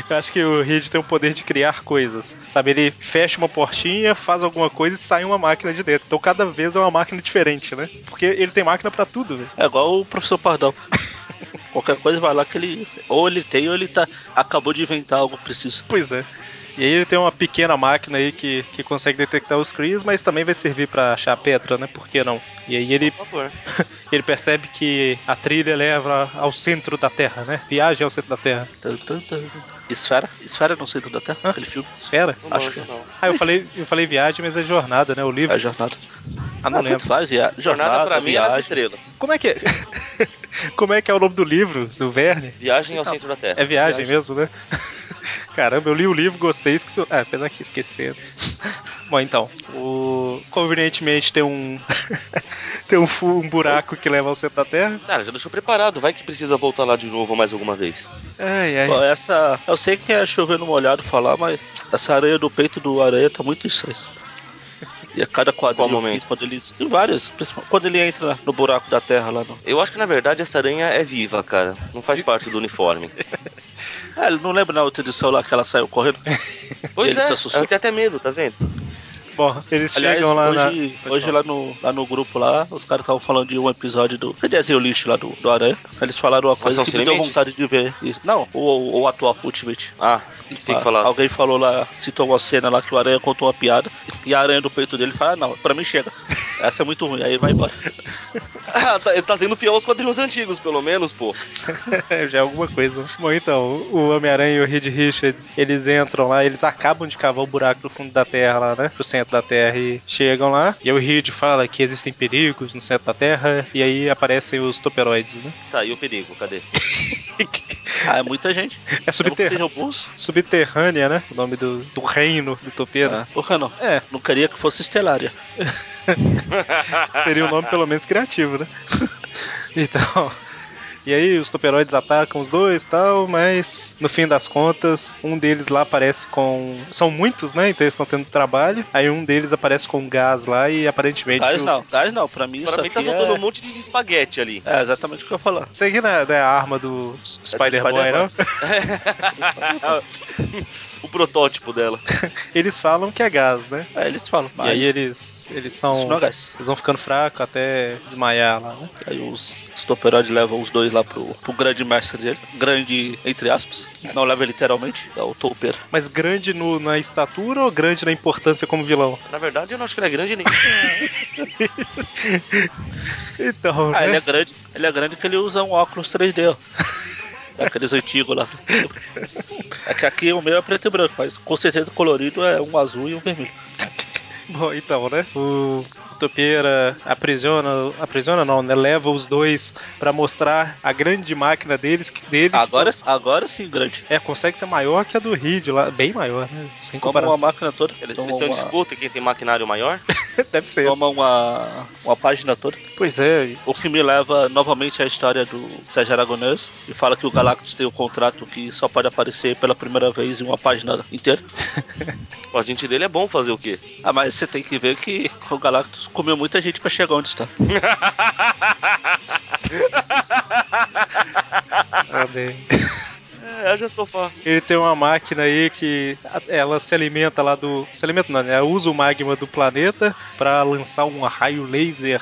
[SPEAKER 3] Eu acho que o Reed tem o poder de criar coisas. Sabe, ele fecha uma portinha, faz alguma coisa e sai uma máquina de dentro. Então cada vez é uma máquina diferente, né? Porque ele tem máquina pra tudo, velho.
[SPEAKER 4] É igual o professor Pardal. Qualquer coisa vai lá que ele. Ou ele tem, ou ele tá. Acabou de inventar algo preciso.
[SPEAKER 3] Pois é. E aí ele tem uma pequena máquina aí que, que consegue detectar os Krees, mas também vai servir pra achar a Petra, né? Por que não? E aí ele,
[SPEAKER 5] Por favor.
[SPEAKER 3] ele percebe que a trilha leva ao centro da Terra, né? Viagem ao centro da Terra.
[SPEAKER 4] Tan, tan, tan. Esfera? Esfera no centro da Terra?
[SPEAKER 3] Hã?
[SPEAKER 4] Aquele filme?
[SPEAKER 3] Esfera?
[SPEAKER 5] Não
[SPEAKER 4] Acho
[SPEAKER 5] manjo,
[SPEAKER 4] que-
[SPEAKER 5] não.
[SPEAKER 3] Ah, eu falei, eu falei viagem, mas é jornada, né? O livro.
[SPEAKER 4] A jornada.
[SPEAKER 3] Ah, não
[SPEAKER 4] tanto
[SPEAKER 3] lembro.
[SPEAKER 4] faz, via...
[SPEAKER 5] Jornada,
[SPEAKER 4] jornada
[SPEAKER 5] pra mim, é nas
[SPEAKER 4] viagem.
[SPEAKER 5] estrelas.
[SPEAKER 3] Como é que é? Como é que é o nome do livro do Verne?
[SPEAKER 5] Viagem ao centro da Terra.
[SPEAKER 3] É viagem, mesmo, né? Caramba, eu li o livro, gostei, esqueci. o- Ah, apesar que esquecendo. Bom, então, o... convenientemente tem um tem um, fu- um buraco que leva ao centro da Terra.
[SPEAKER 5] Cara, já deixou preparado. Vai que precisa voltar lá de novo mais alguma vez.
[SPEAKER 3] Ai, ai.
[SPEAKER 4] Bom, essa. Eu sei que é chover no molhado falar, mas essa aranha do peito do aranha tá muito estranha. E a cada quadril
[SPEAKER 5] Qual momento?
[SPEAKER 4] que- quando ele. Em vários, principalmente quando ele entra no buraco da terra lá no.
[SPEAKER 5] Eu acho que, na verdade, essa aranha é viva, cara. Não faz parte do uniforme.
[SPEAKER 4] Ah, ele não lembra na outra edição lá que ela saiu correndo?
[SPEAKER 5] Pois
[SPEAKER 4] Ele
[SPEAKER 5] é,
[SPEAKER 4] se assustou.
[SPEAKER 5] ela tem até medo, tá vendo?
[SPEAKER 3] Bom, eles
[SPEAKER 4] Aliás,
[SPEAKER 3] chegam lá na-
[SPEAKER 4] hoje,
[SPEAKER 3] Pode
[SPEAKER 4] hoje
[SPEAKER 3] falar.
[SPEAKER 4] lá, no, lá no grupo lá, os caras estavam falando de um episódio do que desenho lixo lá do, do Aranha. Eles falaram uma coisa
[SPEAKER 5] são
[SPEAKER 4] que me deu
[SPEAKER 5] limites?
[SPEAKER 4] vontade de ver. isso. Não, o, o, o atual, Ultimate.
[SPEAKER 5] Ah, tem que
[SPEAKER 4] Ah,
[SPEAKER 5] falar.
[SPEAKER 4] Alguém falou lá, citou uma cena lá que o Aranha contou uma piada e a aranha do peito dele fala, ah, não, pra mim chega. Essa é muito ruim, aí vai embora.
[SPEAKER 5] Ah, tá, tá sendo fiel aos quadrinhos antigos, pelo menos, pô.
[SPEAKER 3] Já é alguma coisa. Bom, então, o Homem-Aranha e o Reed Richards, eles entram lá, eles acabam de cavar o buraco do fundo da Terra lá, né? Pro centro da Terra e chegam lá. E aí o Reed fala que existem perigos no centro da Terra. E aí aparecem os toperoides, né?
[SPEAKER 5] Tá, e o perigo, cadê?
[SPEAKER 4] Ah, é muita gente.
[SPEAKER 3] É
[SPEAKER 4] Subterra.
[SPEAKER 3] subterrânea.
[SPEAKER 4] Seja um o bolso.
[SPEAKER 3] Subterrânea, né? O nome do, do reino do topeiro.
[SPEAKER 4] Ah, porra, não.
[SPEAKER 3] É,
[SPEAKER 4] Não queria que fosse Estelária.
[SPEAKER 3] seria um nome pelo menos criativo, né? então. E aí os toperoides atacam os dois e tal, mas no fim das contas, um deles lá aparece com. São muitos, né? Então eles estão tendo trabalho. Aí um deles aparece com gás lá e aparentemente.
[SPEAKER 4] Gás
[SPEAKER 3] o-
[SPEAKER 4] não, gás não. Pra mim isso
[SPEAKER 5] Pra mim
[SPEAKER 4] aqui
[SPEAKER 5] tá soltando
[SPEAKER 4] é...
[SPEAKER 5] um monte de espaguete ali.
[SPEAKER 4] é exatamente o que eu ia falar.
[SPEAKER 3] Isso aqui não é, não é a arma do S- Spider-Boy,
[SPEAKER 4] Spider-Man.
[SPEAKER 3] não?
[SPEAKER 5] o protótipo dela.
[SPEAKER 3] Eles falam que é gás, né?
[SPEAKER 4] Aí eles falam, mas
[SPEAKER 3] E aí eles, eles
[SPEAKER 4] isso não é
[SPEAKER 3] são.
[SPEAKER 4] gás.
[SPEAKER 3] Eles vão ficando fracos até desmaiar lá, né?
[SPEAKER 4] Aí os, os Toperoides levam os dois lá pro, pro grande mestre dele. Grande, entre aspas. Não leva literalmente, é o toupeiro.
[SPEAKER 3] Mas grande no- na estatura ou grande na importância como vilão?
[SPEAKER 5] Na verdade, eu não acho que ele é grande nem.
[SPEAKER 3] Então,
[SPEAKER 4] Ah,
[SPEAKER 3] né?
[SPEAKER 4] ele é grande. Ele é grande que ele usa um óculos 3D, ó. Aqueles antigos lá. É que aqui o meu é preto e branco, mas com certeza o colorido é um azul e um vermelho.
[SPEAKER 3] Bom, então, né? O Topeira aprisiona, aprisiona não, né? Leva os dois pra mostrar a grande máquina deles, que- dele.
[SPEAKER 4] Agora, agora sim, grande.
[SPEAKER 3] É, consegue ser maior que a do Reed lá, bem maior, né? Sem
[SPEAKER 4] Como uma
[SPEAKER 3] comparação.
[SPEAKER 4] máquina toda.
[SPEAKER 5] Eles,
[SPEAKER 4] toma
[SPEAKER 5] eles estão em
[SPEAKER 4] uma,
[SPEAKER 5] disputa quem tem maquinário maior.
[SPEAKER 3] Deve ser.
[SPEAKER 4] toma uma, uma página toda.
[SPEAKER 3] Pois é,
[SPEAKER 4] O que me leva novamente à história do Sérgio Aragonês e fala que o Galactus tem um contrato que só pode aparecer pela primeira vez em uma página inteira.
[SPEAKER 5] O agente dele é bom fazer o quê?
[SPEAKER 4] Ah, mas você tem que ver que o Galactus comeu muita gente pra chegar onde está.
[SPEAKER 3] tá bem.
[SPEAKER 5] É, haja sofá.
[SPEAKER 3] Ele tem uma máquina aí que a- ela se alimenta lá do. Se alimenta não, né? Ela usa o magma do planeta pra lançar um raio laser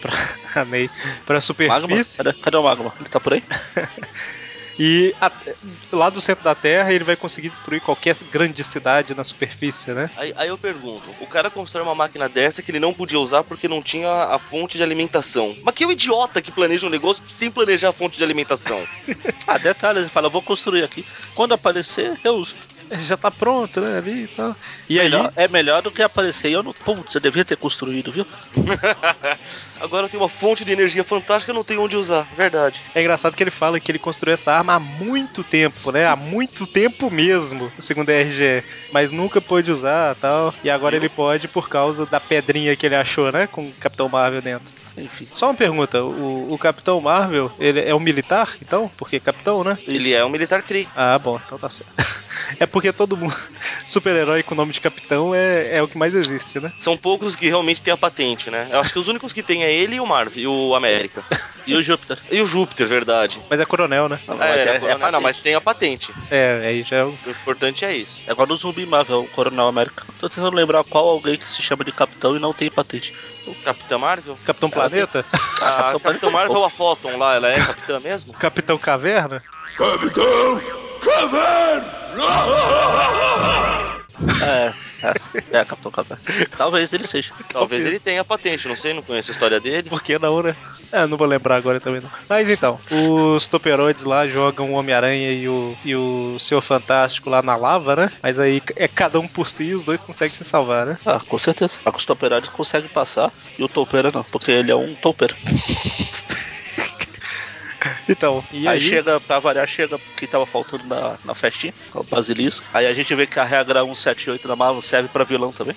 [SPEAKER 3] pra, amei, pra
[SPEAKER 4] Magma?
[SPEAKER 3] superfície.
[SPEAKER 4] Cadê, cadê o Magma? Ele tá por aí?
[SPEAKER 3] E a- lá do centro da Terra ele vai conseguir destruir qualquer grande cidade na superfície, né?
[SPEAKER 5] Aí, aí eu pergunto, o cara constrói uma máquina dessa que ele não podia usar porque não tinha a fonte de alimentação. Mas que é o idiota que planeja um negócio sem planejar a fonte de alimentação?
[SPEAKER 4] Ah, detalhe, ele fala, vou construir aqui. Quando aparecer, eu uso.
[SPEAKER 3] Já tá pronto, né? Ali e tal. E aí,
[SPEAKER 4] Melhor- é melhor do que aparecer. e Eu não. Putz, você devia ter construído, viu?
[SPEAKER 5] Agora eu tenho uma fonte de energia fantástica, eu não tenho onde usar. Verdade.
[SPEAKER 3] é engraçado que ele fala que ele construiu essa arma há muito tempo, né? Há muito tempo mesmo, segundo a RGE. Mas nunca pôde usar tal. E agora ele pode por causa da pedrinha que ele achou, né? Com o Capitão Marvel dentro.
[SPEAKER 4] Enfim.
[SPEAKER 3] Só uma pergunta: o, o Capitão Marvel, ele é um militar, então? Porque é capitão, né?
[SPEAKER 5] Ele é um militar CRI.
[SPEAKER 3] Ah, bom, então tá certo. É porque todo mundo. Super-herói com nome de capitão é, é o que mais existe, né?
[SPEAKER 5] São poucos que realmente têm a patente, né? Eu acho que os únicos que tem é ele e o Marvel, e o América.
[SPEAKER 4] E o Júpiter?
[SPEAKER 5] E o Júpiter, verdade.
[SPEAKER 3] Mas é coronel, né?
[SPEAKER 4] Não, mas
[SPEAKER 5] É, é,
[SPEAKER 4] agora-
[SPEAKER 5] ah, não, mas tem a patente.
[SPEAKER 3] É, aí já é o.
[SPEAKER 5] O importante é isso.
[SPEAKER 4] É igual no zumbi Marvel, o Coronel América. Tô tentando lembrar qual alguém que se chama de capitão e não tem patente.
[SPEAKER 5] O Capitão Marvel?
[SPEAKER 3] Capitão Planeta?
[SPEAKER 5] Ah,
[SPEAKER 4] Capitão
[SPEAKER 5] Capitão,
[SPEAKER 4] Planeta é
[SPEAKER 5] Marvel ou a Photon lá, ela é capitã mesmo?
[SPEAKER 3] Capitão Caverna?
[SPEAKER 4] É, é, é Capitão Caverna. Talvez ele seja.
[SPEAKER 5] Talvez ele tenha patente, não sei, não conheço a história dele.
[SPEAKER 3] Por que não, né? É, não vou lembrar agora também não. Mas então, os toperoides lá jogam o Homem-Aranha e o, e o Senhor Fantástico lá na lava, né? Mas aí é cada um por si e os dois conseguem se salvar, né?
[SPEAKER 4] Ah, com certeza. A Custa Operária consegue passar e o Toupeira não, porque ele é um toupeiro.
[SPEAKER 3] Então, e
[SPEAKER 4] aí,
[SPEAKER 3] aí,
[SPEAKER 4] chega, pra variar, chega que tava faltando na, na festinha, é o Basilisco. Aí a gente vê que a regra 178 da Marvel serve pra vilão também.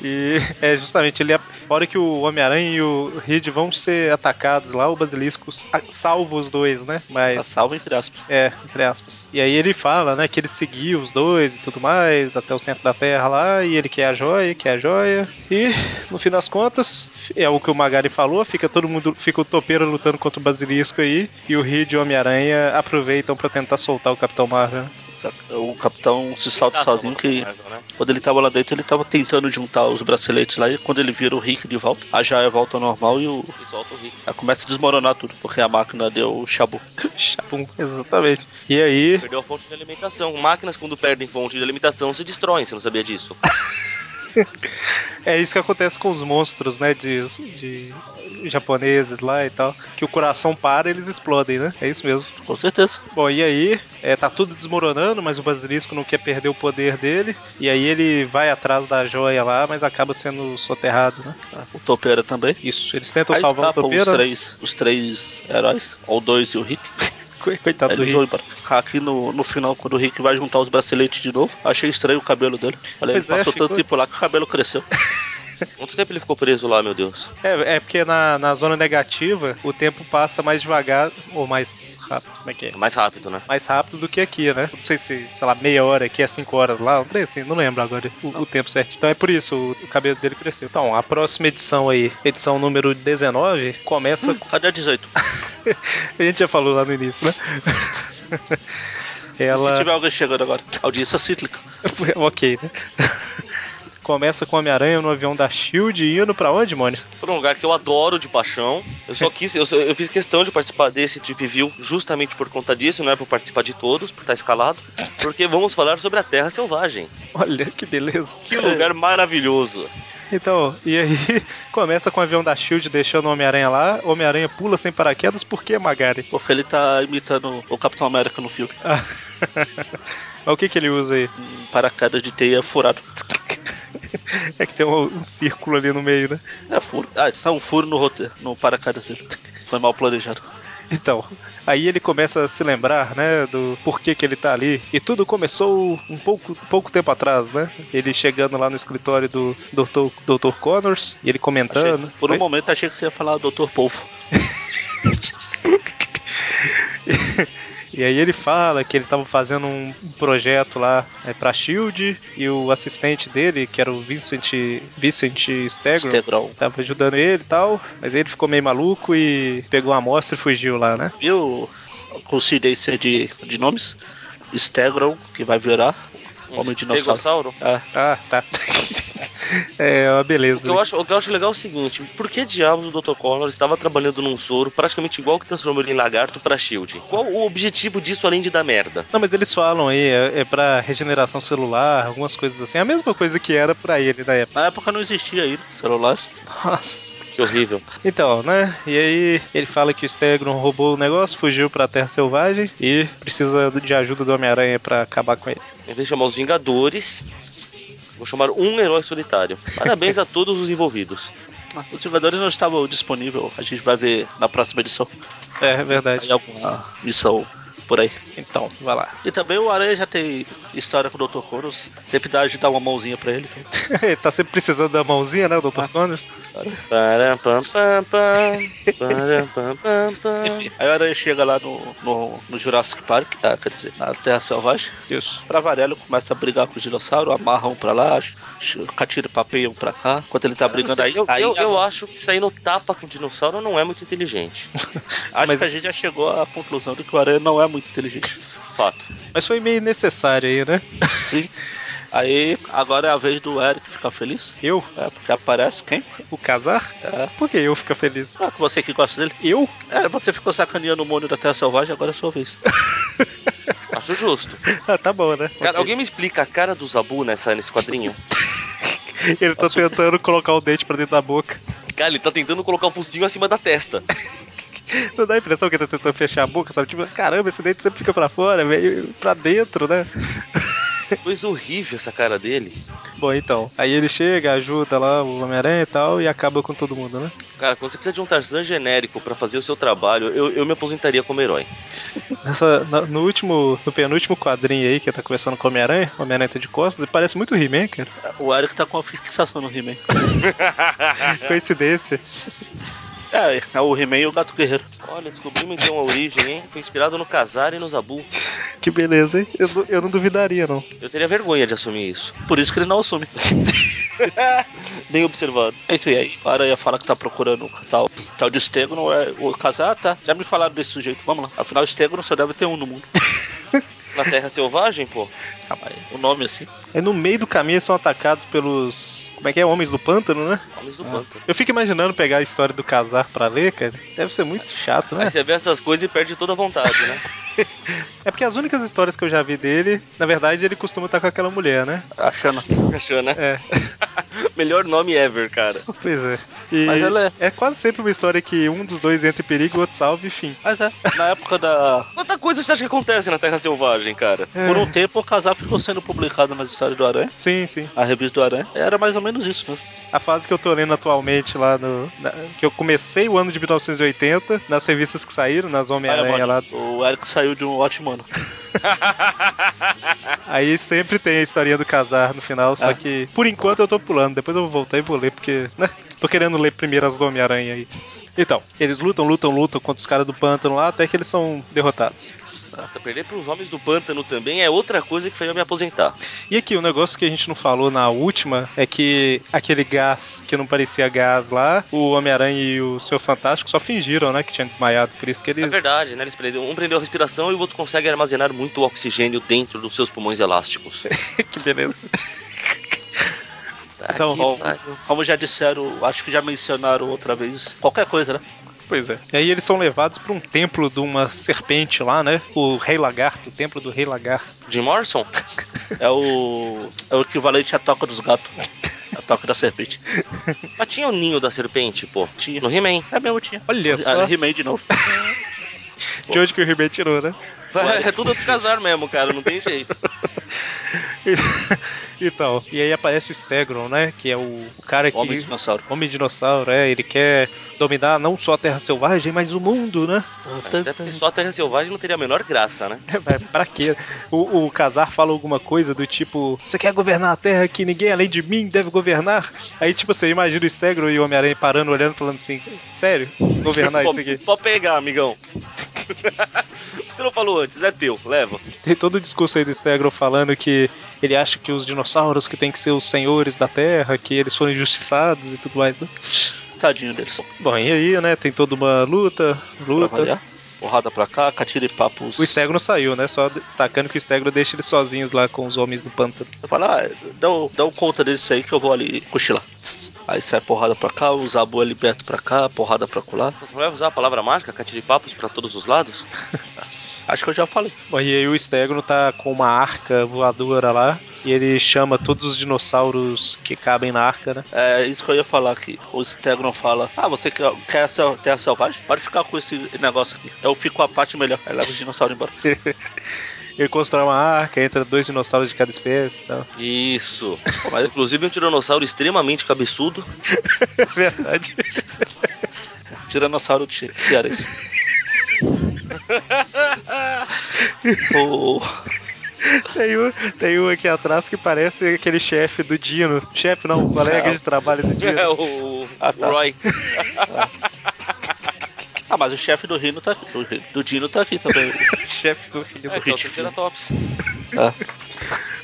[SPEAKER 3] E é justamente ele, a hora que o Homem-Aranha e o Reed vão ser atacados lá, o Basilisco sa- salva os dois, né?
[SPEAKER 4] Tá
[SPEAKER 3] Mas.
[SPEAKER 4] salvo, entre aspas.
[SPEAKER 3] É, entre aspas. E aí ele fala, né, que ele seguiu os dois e tudo mais, até o centro da Terra lá, e ele quer a joia, quer a joia. E, no fim das contas, é o que o Magari falou, fica todo mundo, fica o topeiro lutando contra o Basilisco aí, e o Reed e o Homem-Aranha aproveitam pra tentar soltar o Capitão Marvel. né?
[SPEAKER 4] Saca? O capitão se
[SPEAKER 5] Tá,
[SPEAKER 4] salta sozinho, que
[SPEAKER 5] Marvel, né?
[SPEAKER 4] quando ele tava lá dentro, ele tava tentando juntar os braceletes lá. E quando ele vira o Rick de volta, a Jaya volta ao normal e o.
[SPEAKER 5] E solta o Rick.
[SPEAKER 4] aí Começa a desmoronar tudo, porque a máquina deu o chabu.
[SPEAKER 3] Chapum, exatamente. E aí,
[SPEAKER 5] Perdeu a fonte de alimentação. Máquinas, quando perdem fonte de alimentação, se destroem, você não sabia disso?
[SPEAKER 3] É isso que acontece com os monstros, né? De, de japoneses lá e tal. Que o coração para e eles explodem, né? É isso mesmo.
[SPEAKER 4] Com certeza.
[SPEAKER 3] Bom, e aí? é, tá tudo desmoronando, mas o basilisco não quer perder o poder dele. E aí ele vai atrás da joia lá, mas acaba sendo soterrado, né?
[SPEAKER 4] O toupeira também.
[SPEAKER 3] Isso, eles tentam
[SPEAKER 4] Aí
[SPEAKER 3] salvar o
[SPEAKER 4] escapam os
[SPEAKER 3] topeira. né?
[SPEAKER 4] três, os três heróis, ou dois e o Rick.
[SPEAKER 3] Co- Coitado
[SPEAKER 4] Aí
[SPEAKER 3] do
[SPEAKER 4] eles vão
[SPEAKER 3] Rio.
[SPEAKER 4] embora. Aqui no, no final, quando o Rick vai juntar os braceletes de novo, achei estranho o cabelo dele. Falei, ele
[SPEAKER 3] Pois é,
[SPEAKER 4] passou
[SPEAKER 3] ficou-
[SPEAKER 4] tanto tempo lá que o cabelo cresceu.
[SPEAKER 5] Quanto tempo ele ficou preso lá, meu Deus?
[SPEAKER 3] É, é porque na, na zona negativa o tempo passa mais devagar ou mais rápido. Como é que é?
[SPEAKER 5] Mais rápido, né?
[SPEAKER 3] mais rápido do que aqui, né? Não sei se, sei lá, meia hora aqui é cinco horas lá, um trem assim, não lembro agora o, o tempo certo. Então é por isso, o, o cabelo dele cresceu. Então, a próxima edição aí, edição número 19, começa.
[SPEAKER 4] Cadê a 18?
[SPEAKER 3] a gente já falou lá no início, né?
[SPEAKER 4] Se
[SPEAKER 3] Ela.
[SPEAKER 4] tiver alguém chegando agora. Audiência cíclica.
[SPEAKER 3] ok, né? Começa com Homem-Aranha no avião da Shield e indo pra onde, Mônio?
[SPEAKER 5] Por um lugar que eu adoro de paixão. Eu só quis, eu, só- eu fiz questão de participar desse Trip View justamente por conta disso, não é pra participar de todos, por estar escalado. Porque vamos falar sobre a Terra Selvagem. É.
[SPEAKER 3] Olha que beleza.
[SPEAKER 5] Que lugar maravilhoso.
[SPEAKER 3] Então, e aí começa com o avião da Shield deixando o Homem-Aranha lá. Homem-Aranha pula sem paraquedas, por que, Magari?
[SPEAKER 4] Porque ele tá imitando o Capitão América no filme.
[SPEAKER 3] Ah. Mas o que, que ele usa aí?
[SPEAKER 4] Um paraquedas de teia furado.
[SPEAKER 3] É que tem um, um círculo ali no meio, né?
[SPEAKER 4] É furo. Ah, tá um furo no roteiro, no paraquedas dele. Foi mal planejado.
[SPEAKER 3] Então, aí ele começa a se lembrar, né, do porquê que ele tá ali. E tudo começou um pouco, pouco tempo atrás, né? Ele chegando lá no escritório do Dr. Dr. Connors e ele
[SPEAKER 4] Achei-
[SPEAKER 3] comentando.
[SPEAKER 4] por um
[SPEAKER 3] Oi?
[SPEAKER 4] momento achei que você ia falar Dr. Polvo.
[SPEAKER 3] E aí ele fala que ele tava fazendo um um projeto lá é, pra Shield e o assistente dele, que era o Vincent, Vincent Stegron,
[SPEAKER 4] Integral.
[SPEAKER 3] tava ajudando ele e tal, mas ele ficou meio maluco e pegou uma amostra e fugiu lá, né?
[SPEAKER 4] Viu a coincidência de, de nomes? Stegron, que vai virar É. Homem
[SPEAKER 5] Um
[SPEAKER 4] dinossauro.
[SPEAKER 5] estegossauro?
[SPEAKER 4] Ah,
[SPEAKER 3] Ah, tá. É uma
[SPEAKER 5] O
[SPEAKER 3] beleza.
[SPEAKER 5] que, eu acho, o que eu acho legal é o seguinte: por que diabos o Dr. Connor estava trabalhando num soro praticamente igual que transformou ele em lagarto pra Shield? Qual o objetivo disso além de dar merda?
[SPEAKER 3] Não, mas eles falam aí, é, é pra regeneração celular, algumas coisas assim. É a mesma coisa que era pra ele na época.
[SPEAKER 4] Na época não existia ainda celulares.
[SPEAKER 3] Nossa.
[SPEAKER 5] Que horrível.
[SPEAKER 3] Então, né? E aí ele fala que o Stegron roubou o negócio, fugiu pra Terra Selvagem e precisa de ajuda do Homem-Aranha pra acabar com ele.
[SPEAKER 5] Em vez de chamar os Vingadores, vou chamar um herói solitário. Parabéns a todos os envolvidos.
[SPEAKER 4] Ah, Os Vingadores não estavam disponíveis. A gente vai ver na próxima edição.
[SPEAKER 3] É, é verdade.
[SPEAKER 4] Aí alguma missão por aí.
[SPEAKER 3] Então, vai lá.
[SPEAKER 4] E também o Aranha já tem história com o Dr. Coros. Sempre dá de dar uma mãozinha pra ele. Então.
[SPEAKER 3] ele tá sempre precisando da mãozinha, né, o Dr. Connors?
[SPEAKER 5] Param, pam, pam, pam. Param, pam, pam, pam.
[SPEAKER 4] Enfim, aí o Aranha chega lá no, no, no Jurassic Park, ah, quer dizer, na Terra Selvagem.
[SPEAKER 3] Isso.
[SPEAKER 4] Pra variar, ele começa a brigar com o dinossauro, amarra um pra lá, ch- ch- catira papel um pra cá. Enquanto ele tá brigando aí,
[SPEAKER 5] Eu,
[SPEAKER 4] aí
[SPEAKER 5] eu, eu acho que sair no tapa com dinossauro não é muito inteligente.
[SPEAKER 4] acho
[SPEAKER 3] mas-
[SPEAKER 4] que a gente já chegou à conclusão de que o Aranha não é muito inteligente.
[SPEAKER 5] Fato.
[SPEAKER 3] Mas foi meio necessário aí, né?
[SPEAKER 4] Sim. Aí, agora é a vez do Eric ficar feliz.
[SPEAKER 3] Eu,
[SPEAKER 4] É, porque aparece quem?
[SPEAKER 3] o casar?
[SPEAKER 4] É.
[SPEAKER 3] Por que eu fico feliz?
[SPEAKER 4] Ah, você que gosta dele.
[SPEAKER 3] Eu?
[SPEAKER 4] É, você ficou sacaneando o Mônio da Terra Selvagem, agora é sua vez.
[SPEAKER 5] Acho justo.
[SPEAKER 3] Ah, tá bom, né?
[SPEAKER 5] Cara, alguém me explica a cara do Zabu nessa, nesse quadrinho?
[SPEAKER 3] Ele tá tentando colocar o dente pra dentro da boca.
[SPEAKER 5] Cara, ele tá tentando colocar o focinho acima da testa.
[SPEAKER 3] Não dá a impressão que ele tá tentando fechar a boca, sabe? Tipo, caramba, esse dente sempre fica pra fora, meio pra dentro, né?
[SPEAKER 5] Coisa horrível essa cara dele.
[SPEAKER 3] Bom, então. Aí ele chega, ajuda lá o Homem-Aranha e tal, e acaba com todo mundo, né?
[SPEAKER 5] Cara, quando você precisa de um Tarzan genérico pra fazer o seu trabalho, eu, eu me aposentaria como herói.
[SPEAKER 3] Nessa, na- no último, no penúltimo quadrinho aí, que tá conversando com o Homem-Aranha, o Homem-Aranha tá de costas, ele parece muito o He-Man, cara.
[SPEAKER 4] O Eric tá com uma fixação no He-Man.
[SPEAKER 3] Coincidência.
[SPEAKER 4] É, é o He-Man e o Gato Guerreiro.
[SPEAKER 5] Olha, descobrimos então a origem, hein? Foi inspirado no Kazar e no Zabu.
[SPEAKER 3] Que beleza, hein? Eu, não- eu não duvidaria, não.
[SPEAKER 5] Eu teria vergonha de assumir isso.
[SPEAKER 4] Por isso que ele não assume.
[SPEAKER 5] Bem observado.
[SPEAKER 4] Enfim, É aí o Aranha fala que tá procurando tal, tal de Stegron. É, o casar, tá? Já me falaram desse sujeito, vamos lá. Afinal, Stegron só deve ter um no mundo.
[SPEAKER 5] Na Terra Selvagem, pô?
[SPEAKER 4] Ah, mas o nome assim.
[SPEAKER 3] Aí no meio do caminho eles são atacados pelos. Como é que é? Homens do pântano, né?
[SPEAKER 5] Homens do Pântano.
[SPEAKER 3] Eu fico imaginando pegar a história do casar pra ler, cara. Deve ser muito chato, né?
[SPEAKER 5] Aí você vê essas coisas e perde toda a vontade, né?
[SPEAKER 3] É porque as únicas histórias que eu já vi dele, na verdade, ele costuma estar com aquela mulher, né?
[SPEAKER 4] Achando.
[SPEAKER 5] Achou, né?
[SPEAKER 3] É.
[SPEAKER 5] Melhor nome ever, cara.
[SPEAKER 3] Pois é. E
[SPEAKER 4] Mas ela
[SPEAKER 3] é... quase sempre uma história que um dos dois entra em perigo, o outro salve, enfim.
[SPEAKER 4] Mas é, na época da.
[SPEAKER 5] Quanta coisa você acha que acontece na Terra Selvagem, cara?
[SPEAKER 3] É.
[SPEAKER 4] Por um tempo, o casar ficou sendo publicado nas histórias do Aranha,
[SPEAKER 3] Sim, sim.
[SPEAKER 4] a revista do Aranha. Era mais ou menos isso né? mesmo.
[SPEAKER 3] A fase que eu tô lendo atualmente lá no. na- que eu comecei o ano de 1980, nas revistas que saíram, nas
[SPEAKER 4] Aí,
[SPEAKER 3] Homem-Aranha lá.
[SPEAKER 4] mano, O Eric saiu de um ótimo ano.
[SPEAKER 3] Aí sempre tem a historinha do casar no final, só
[SPEAKER 4] Ah.
[SPEAKER 3] que por enquanto eu tô pulando, depois eu vou voltar e vou ler, porque, né? Tô querendo ler primeiro as do Homem-Aranha aí. Então, eles lutam, lutam, lutam contra os caras do pântano lá, até que eles são derrotados.
[SPEAKER 5] Tá, Perder pros Homens do Pântano também é outra coisa que faria eu me aposentar.
[SPEAKER 3] E aqui, o um negócio que a gente não falou na última é que aquele gás que não parecia gás lá, o Homem-Aranha e o seu Fantástico só fingiram, né, que tinha desmaiado, por isso que eles.
[SPEAKER 5] É verdade, né? Eles prendeu, um prendeu a respiração e o outro consegue armazenar muito oxigênio dentro dos seus pulmões elásticos.
[SPEAKER 3] que beleza.
[SPEAKER 5] Tá
[SPEAKER 3] Então,
[SPEAKER 5] que
[SPEAKER 4] ó,
[SPEAKER 5] pariu.
[SPEAKER 4] Como já disseram, acho que já mencionaram outra vez, qualquer coisa, né?
[SPEAKER 3] Pois é. E aí eles são levados pra um templo de uma serpente lá, né? O Rei Lagarto, o templo do Rei Lagarto.
[SPEAKER 5] Jim Morrison?
[SPEAKER 4] É o, é o equivalente à toca dos gatos. A toca da serpente.
[SPEAKER 5] Mas tinha o ninho da serpente, pô.
[SPEAKER 4] Tinha.
[SPEAKER 5] No He-Man.
[SPEAKER 4] É mesmo, tinha.
[SPEAKER 3] Olha só.
[SPEAKER 4] Ah, He-Man de novo.
[SPEAKER 3] De onde que o Ribeiro tirou, né?
[SPEAKER 5] É tudo outro casar mesmo, cara. Não tem jeito.
[SPEAKER 3] então, e aí aparece o Stegron, né? Que é o, o cara que.
[SPEAKER 4] Homem dinossauro.
[SPEAKER 3] Homem dinossauro, é, ele quer dominar não só a Terra Selvagem, mas o mundo, né?
[SPEAKER 5] Até porque só a Terra Selvagem não teria a menor graça, né?
[SPEAKER 3] Mas É, pra quê? O, o Casar fala alguma coisa do tipo: Você quer governar a terra que ninguém além de mim deve governar? Aí, tipo, você imagina o Stegro e o Homem-Aranha parando, olhando, falando assim: Sério? Governar isso aqui?
[SPEAKER 5] Pode pegar, amigão. Você não falou antes, é teu, leva.
[SPEAKER 3] Tem todo o discurso aí do Stegro falando que ele acha que os dinossauros que tem que ser os senhores da terra, que eles foram injustiçados e tudo mais, né?
[SPEAKER 4] um Tadinho deles.
[SPEAKER 3] Bom, e aí, né? Tem toda uma luta,
[SPEAKER 4] Pra
[SPEAKER 3] luta.
[SPEAKER 4] variar.
[SPEAKER 5] O
[SPEAKER 4] porrada pra cá, catiripapos.
[SPEAKER 3] O Stegro saiu, né? Só destacando que o Stegro deixa eles sozinhos lá com os homens do pântano.
[SPEAKER 4] Eu falo, ah, dá, um- dá um conta disso aí que eu vou ali cochilar. Aí sai porrada pra cá, o Zabu é liberto pra cá, porrada pra colar.
[SPEAKER 5] Você vai usar a palavra mágica, catiripapos, pra todos os lados?
[SPEAKER 4] Acho que eu já falei.
[SPEAKER 3] Bom, e aí o Stegro tá com uma arca voadora lá e ele chama todos os dinossauros que cabem na arca, né?
[SPEAKER 4] É isso que eu ia falar aqui. O Stegron fala: Ah, você quer, quer a sel- terra selvagem? Pode ficar com esse negócio aqui. Eu fico com a parte melhor. Aí leva os dinossauros embora.
[SPEAKER 3] Ele constrói uma arca, entra dois dinossauros de cada espécie. Então.
[SPEAKER 5] Isso. Pô, mas inclusive um tiranossauro extremamente cabeçudo.
[SPEAKER 3] É verdade.
[SPEAKER 4] Tiranossauro de Cearense. o...
[SPEAKER 3] Tem um, tem um aqui atrás que parece aquele chefe do Dino. Chefe não, colega de trabalho do Dino.
[SPEAKER 5] É o,
[SPEAKER 4] Ah, tá.
[SPEAKER 5] o Roy.
[SPEAKER 4] Ah, mas o chefe do Rino tá aqui. Do, Rino- do Dino tá aqui também.
[SPEAKER 3] chefe do filho
[SPEAKER 5] É,
[SPEAKER 3] do
[SPEAKER 5] que é o Triceratops.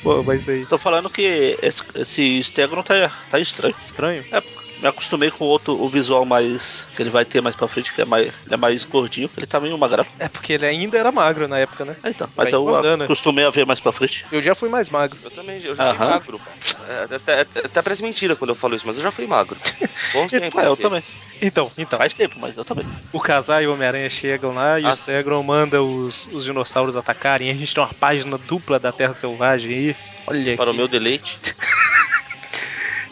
[SPEAKER 3] Pô, mas aí.
[SPEAKER 4] Tô falando que esse, esse Stegron tá, tá estranho.
[SPEAKER 3] Estranho.
[SPEAKER 4] É, me acostumei com outro, o visual mais. que ele vai ter mais pra frente, que é mais, ele é mais gordinho. Ele tá meio magrão.
[SPEAKER 3] É porque ele ainda era magro na época, né?
[SPEAKER 4] Ah, então, mas
[SPEAKER 3] Vai
[SPEAKER 4] eu
[SPEAKER 3] incomodando, né?
[SPEAKER 4] acostumei a ver mais pra frente.
[SPEAKER 3] Eu já fui mais magro.
[SPEAKER 5] Eu também, eu já fui
[SPEAKER 4] Aham.
[SPEAKER 5] magro. É, até, até- até parece mentira quando eu falo isso, mas eu já fui magro. Bons tempos.
[SPEAKER 4] É, eu
[SPEAKER 5] aqueles.
[SPEAKER 4] também.
[SPEAKER 3] Então, então.
[SPEAKER 4] Faz tempo, mas eu também.
[SPEAKER 3] O Casar e o Homem-Aranha chegam lá e
[SPEAKER 5] Ah,
[SPEAKER 3] o Segron manda os, os dinossauros atacarem. A gente tem uma página dupla da Terra Selvagem aí. Olha
[SPEAKER 5] Para o
[SPEAKER 3] que-
[SPEAKER 5] meu deleite.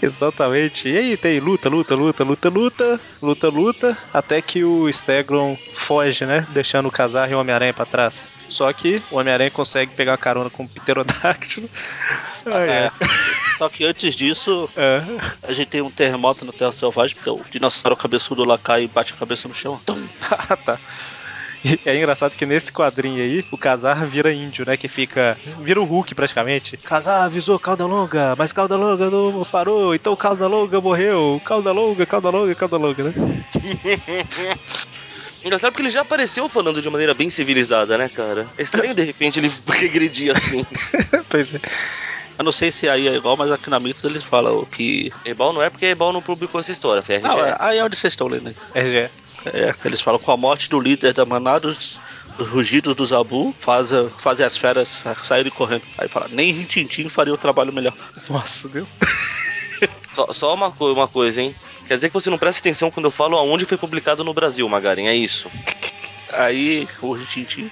[SPEAKER 3] Exatamente. E aí tem luta, luta, luta, luta, luta, luta, luta, até que o Stegron foge, né? Deixando o Casar e o Homem-Aranha pra trás. Só que o Homem-Aranha consegue pegar uma carona com o Pterodáctilo. Ah, é.
[SPEAKER 4] Só que antes disso,
[SPEAKER 3] É.
[SPEAKER 4] a gente tem um terremoto no Terra Selvagem, porque o dinossauro cabeçudo lá cai e bate a cabeça no chão. Então, Tum.
[SPEAKER 3] Ah, tá. E É engraçado que nesse quadrinho aí, o Kazar vira índio, né? Que fica. Vira o Hulk praticamente. Kazar avisou Calda Longa, mas Calda Longa não parou, então Calda Longa morreu. Calda Longa, Calda Longa, Calda Longa, né?
[SPEAKER 5] Engraçado porque ele já apareceu falando de maneira bem civilizada, né, cara? É estranho de repente ele regredir assim.
[SPEAKER 3] pois é.
[SPEAKER 4] Eu não sei se aí é igual, mas aqui na Mitos eles falam que.
[SPEAKER 5] Ebal não é porque Ebal não publicou essa história, foi a
[SPEAKER 4] Não, é-
[SPEAKER 5] RGE.
[SPEAKER 4] aí é onde vocês estão lendo. aí.
[SPEAKER 3] RG.
[SPEAKER 4] É, eles falam com a morte do líder da manada, os os rugidos do Zabu fazem, fazem as feras sa- saírem correndo. Aí fala, nem Rintintin faria o trabalho melhor.
[SPEAKER 3] Nossa, Deus.
[SPEAKER 5] Só, só uma, co- uma coisa, hein? Quer dizer que você não presta atenção quando eu falo aonde foi publicado no Brasil, Magarin, é isso.
[SPEAKER 4] Aí o Rintintin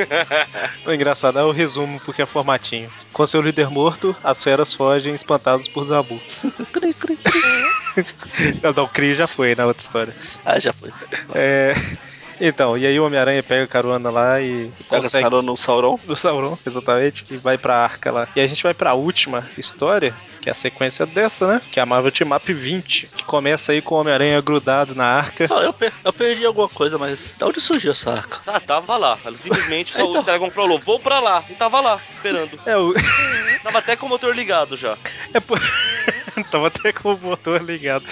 [SPEAKER 3] O engraçado é o resumo, porque é formatinho. Com seu líder morto, as feras fogem espantadas por Zabu. cri, cri, cri. não, não, Cri já foi na outra história.
[SPEAKER 4] Ah, já foi.
[SPEAKER 3] É. Então, e aí o Homem-Aranha pega a carona lá e
[SPEAKER 4] Pega essa
[SPEAKER 3] consegue
[SPEAKER 4] carona no Sauron.
[SPEAKER 3] do Sauron, exatamente, que vai pra arca lá. E a gente vai pra última história, que é a sequência dessa, né? Que é a Marvel Team Up 20, que começa aí com o Homem-Aranha grudado na arca.
[SPEAKER 4] Não, eu, per- eu perdi alguma coisa, mas da onde surgiu essa arca?
[SPEAKER 5] Tá, tava lá. Ela simplesmente só
[SPEAKER 4] Então.
[SPEAKER 5] o Dragon falou, vou pra lá. E tava lá, esperando.
[SPEAKER 3] É, o...
[SPEAKER 5] Tava até com o motor ligado já.
[SPEAKER 3] é por... Tava até com o motor ligado.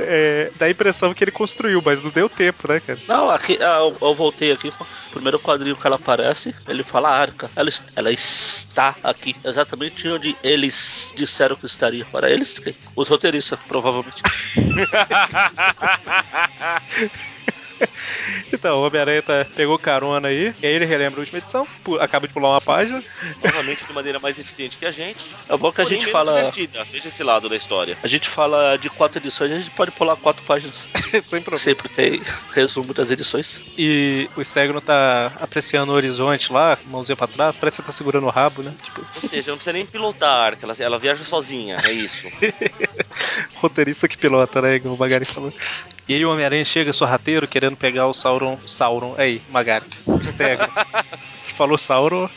[SPEAKER 3] É, dá a impressão que ele construiu, mas não deu tempo, né, cara?
[SPEAKER 4] Não, aqui ah, eu, eu voltei aqui. com- Primeiro quadrinho que ela aparece, ele fala a arca. Ela, es- ela está aqui, exatamente onde eles disseram que estaria. Para eles, que- os roteiristas, provavelmente.
[SPEAKER 3] Então, o Homem-Aranha tá- pegou carona aí, e aí ele relembra a última edição, pu- acaba de pular uma página.
[SPEAKER 5] Novamente de maneira mais eficiente que Então a gente.
[SPEAKER 4] É bom que a
[SPEAKER 5] porém
[SPEAKER 4] gente
[SPEAKER 5] menos
[SPEAKER 4] fala.
[SPEAKER 5] divertida. Veja esse lado da história.
[SPEAKER 4] A gente fala de quatro edições, a gente pode pular quatro páginas.
[SPEAKER 3] Sem problema.
[SPEAKER 4] Sempre tem resumo das edições.
[SPEAKER 3] E o Stegron tá apreciando o horizonte lá, mãozinha pra trás, parece que tá segurando o rabo, né? Tipo,
[SPEAKER 5] Ou seja, não precisa nem pilotar a arca, ela, ela viaja sozinha, é isso.
[SPEAKER 3] roteirista que pilota, né? Igual o Magari falou. E aí o Homem-Aranha chega sorrateiro querendo pegar o Sauron. Sauron, aí, Magari. O Stegron. Falou Sauron,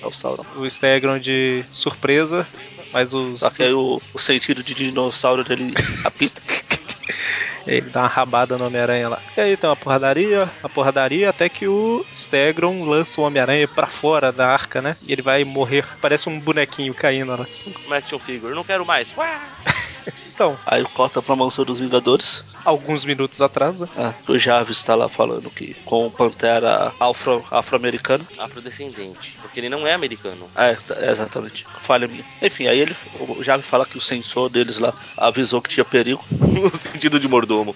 [SPEAKER 4] É o Sauron.
[SPEAKER 3] o Stegron de surpresa, mas os.
[SPEAKER 5] Tá
[SPEAKER 4] Só que aí o, o sentido de dinossauro dele apita.
[SPEAKER 3] Ele dá uma rabada no Homem-Aranha lá. E aí tem uma porradaria, a porradaria, até que o Stegron lança o Homem-Aranha pra fora da arca, né? E ele
[SPEAKER 5] é
[SPEAKER 3] vai morrer. Parece um bonequinho caindo lá.
[SPEAKER 5] Uma action figure, não quero mais. Uá!
[SPEAKER 3] Então,
[SPEAKER 4] Aí corta pra mansão dos Vingadores.
[SPEAKER 3] alguns minutos atrás, né?
[SPEAKER 4] Ah, o Jarvis tá lá falando que com o Pantera afro- afro-americano.
[SPEAKER 5] Afrodescendente. Porque ele não é americano.
[SPEAKER 4] É, tá- é, exatamente. Falha minha. Enfim, aí ele o Jarvis fala que o sensor deles lá avisou que tinha perigo.
[SPEAKER 5] no sentido de mordomo.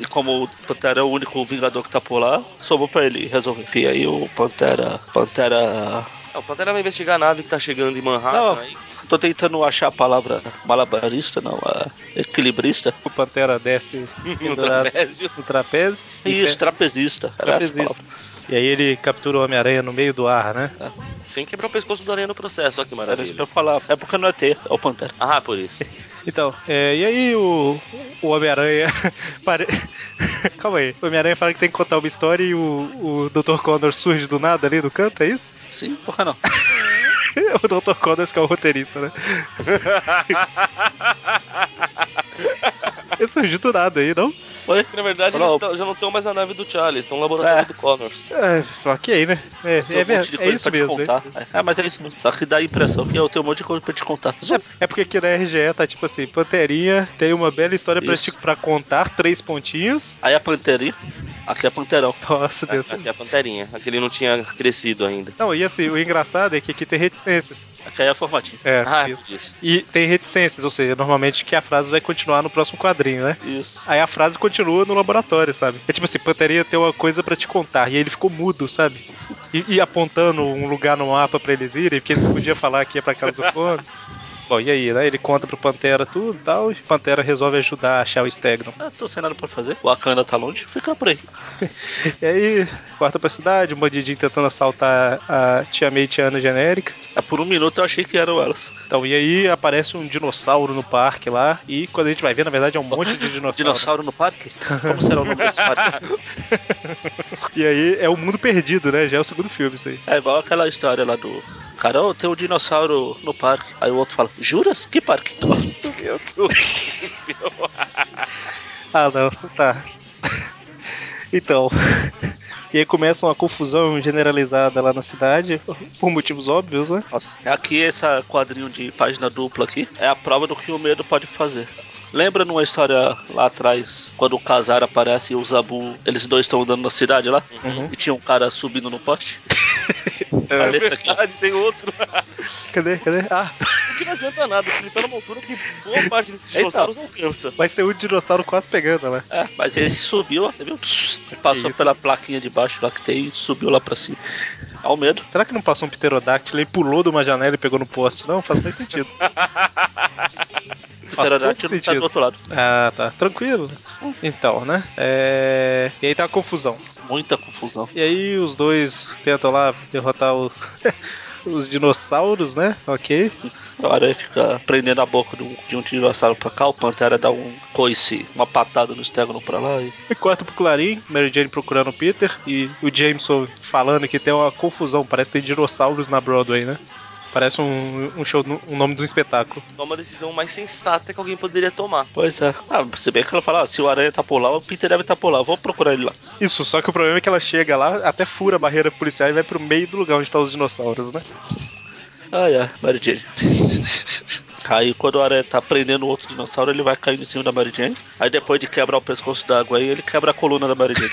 [SPEAKER 4] E como o Pantera é o único Vingador que tá por lá, sobrou pra ele resolver. Enfim, aí o Pantera. Pantera.
[SPEAKER 5] Não, o Pantera vai investigar a nave que tá chegando em Manhattan.
[SPEAKER 4] Não.
[SPEAKER 5] aí.
[SPEAKER 4] Tô tentando achar a palavra malabarista, não, a equilibrista.
[SPEAKER 3] O Pantera desce
[SPEAKER 5] No
[SPEAKER 3] pendurado
[SPEAKER 5] trapézio.
[SPEAKER 3] no trapézio.
[SPEAKER 4] E
[SPEAKER 3] pe-
[SPEAKER 4] isso, trapezista. Era essa
[SPEAKER 3] Trapezista.
[SPEAKER 4] palavra.
[SPEAKER 3] E aí ele captura o Homem-Aranha no meio do ar, né?
[SPEAKER 5] Sem quebrar o pescoço do aranha no processo. Olha que
[SPEAKER 4] Era isso que
[SPEAKER 5] maravilha.
[SPEAKER 4] eu falava. É porque não é T, é o Pantera.
[SPEAKER 5] Ah, por isso.
[SPEAKER 3] Então, é, e aí o, o Homem-Aranha. pare- Calma aí. O Homem-Aranha fala que tem que contar uma história e o, o Dr. Connor surge do nada ali no canto, é isso?
[SPEAKER 4] Sim, por que não?
[SPEAKER 3] o Dr. Connors que é o roteirista, né? Ele surgiu do nada aí, não?
[SPEAKER 4] Oi?
[SPEAKER 5] Na verdade,
[SPEAKER 4] Olha lá,
[SPEAKER 5] eles
[SPEAKER 4] o-
[SPEAKER 5] tão- já não estão mais na nave do Charlie, estão no laboratório
[SPEAKER 4] É.
[SPEAKER 5] do Connors.
[SPEAKER 3] É, ok, né? É,
[SPEAKER 4] Tem um
[SPEAKER 3] é, ver-
[SPEAKER 4] de
[SPEAKER 3] é
[SPEAKER 4] coisa
[SPEAKER 3] isso
[SPEAKER 4] pra
[SPEAKER 3] mesmo.
[SPEAKER 4] te
[SPEAKER 3] né?
[SPEAKER 4] contar. É, mas é isso mesmo. Só que dá a impressão que eu tenho um monte de coisa pra te contar.
[SPEAKER 3] É, é porque aqui na RGE tá tipo assim: Panterinha tem uma bela história pra,
[SPEAKER 4] Isso.
[SPEAKER 3] te- pra contar, três pontinhos.
[SPEAKER 4] Aí a Panterinha, aqui é Panterão.
[SPEAKER 3] Nossa, Deus.
[SPEAKER 5] Aqui é a Panterinha, aquele não tinha crescido ainda.
[SPEAKER 3] Não, e assim, o engraçado é que aqui tem reticências.
[SPEAKER 4] Aqui é a formatinha.
[SPEAKER 3] É,
[SPEAKER 5] Ah, é
[SPEAKER 3] isso.
[SPEAKER 5] por isso.
[SPEAKER 3] E tem reticências, ou seja, normalmente que a frase vai continuar no próximo quadrinho, né?
[SPEAKER 4] Isso.
[SPEAKER 3] Aí a frase continua no laboratório, sabe? É tipo assim, Panteria tem uma coisa pra te contar. E aí ele ficou mudo, sabe? E, e apontando um lugar no mapa pra eles irem, porque ele não podia falar que ia pra casa do Connor. Bom, e aí, né? Ele conta pro Pantera tudo e tal, e Pantera resolve ajudar a achar o Stegron.
[SPEAKER 4] Ah, tô sem nada pra fazer. O Akana tá longe, fica por aí.
[SPEAKER 3] E aí, corta pra cidade, um bandidinho tentando assaltar a Tia May e Tia Ana genérica.
[SPEAKER 4] É, por um minuto eu achei que eram elas.
[SPEAKER 3] Então, e aí aparece um dinossauro no parque lá, e quando a gente vai ver, na verdade é um monte de dinossauro.
[SPEAKER 4] Dinossauro no parque? Como será o nome desse parque?
[SPEAKER 3] E aí é o mundo perdido, né? Já é o segundo filme isso aí.
[SPEAKER 4] É igual aquela história lá do. Cara, ó, tem um dinossauro no parque. Aí o outro fala, juras? Que parque? Nossa, meu Deus.
[SPEAKER 3] Ah, não, tá. Então. E aí começa uma confusão generalizada lá na cidade, por motivos óbvios, né?
[SPEAKER 4] Nossa. é Aqui, esse quadrinho de página dupla aqui, é a prova do que o medo pode fazer. Lembra numa história lá atrás, quando o Kazar aparece e o Zabu, eles dois estão andando na cidade lá?
[SPEAKER 3] Uhum.
[SPEAKER 4] E tinha um cara subindo no poste? Olha
[SPEAKER 3] É
[SPEAKER 4] esse aqui.
[SPEAKER 5] Verdade, tem outro.
[SPEAKER 3] Cadê? Cadê? Ah,
[SPEAKER 5] Porque não adianta nada, porque ele tá numa altura que boa parte desses dinossauros não alcança.
[SPEAKER 3] mas tem um dinossauro quase pegando né? lá.
[SPEAKER 4] É, mas ele subiu, ó, viu? Pss, Passou
[SPEAKER 3] isso?
[SPEAKER 4] pela plaquinha de baixo lá que tem e subiu lá pra cima. Ao medo.
[SPEAKER 3] Será que não passou um pterodáctilo e pulou de uma janela e pegou no poste? Não, faz mais sentido.
[SPEAKER 4] O
[SPEAKER 3] Faz todo
[SPEAKER 4] pterodátilo tá
[SPEAKER 3] sentido.
[SPEAKER 4] do outro lado.
[SPEAKER 3] Ah, tá. Tranquilo. Então, né? É... E aí tá a confusão.
[SPEAKER 4] Muita confusão.
[SPEAKER 3] E aí os dois tentam lá derrotar o- os dinossauros, né? Ok.
[SPEAKER 4] A aranha fica prendendo a boca de um, de um dinossauro pra cá, o Pantera dá um coice, uma patada no estégono pra lá e
[SPEAKER 3] E corta pro Clarim, Mary Jane procurando o Peter e o Jameson falando que tem uma confusão, parece que tem dinossauros na Broadway, né? Parece um, um show, um nome de um espetáculo.
[SPEAKER 5] É uma decisão mais sensata que alguém poderia tomar.
[SPEAKER 4] Pois é. Ah, se bem que ela fala, ah, se o aranha tá por lá, o Peter deve tá por lá, vou procurar ele lá.
[SPEAKER 3] Isso, só que o problema é que ela chega lá, até fura a barreira policial e vai pro meio do lugar onde estão os dinossauros, né?
[SPEAKER 4] Ai, ai, Ah, é, Mary Jane. Aí quando o aranha tá prendendo o outro dinossauro, ele vai caindo em cima da Mary Jane. Aí depois de quebrar o pescoço d'água aí, ele quebra a coluna da Mary Jane.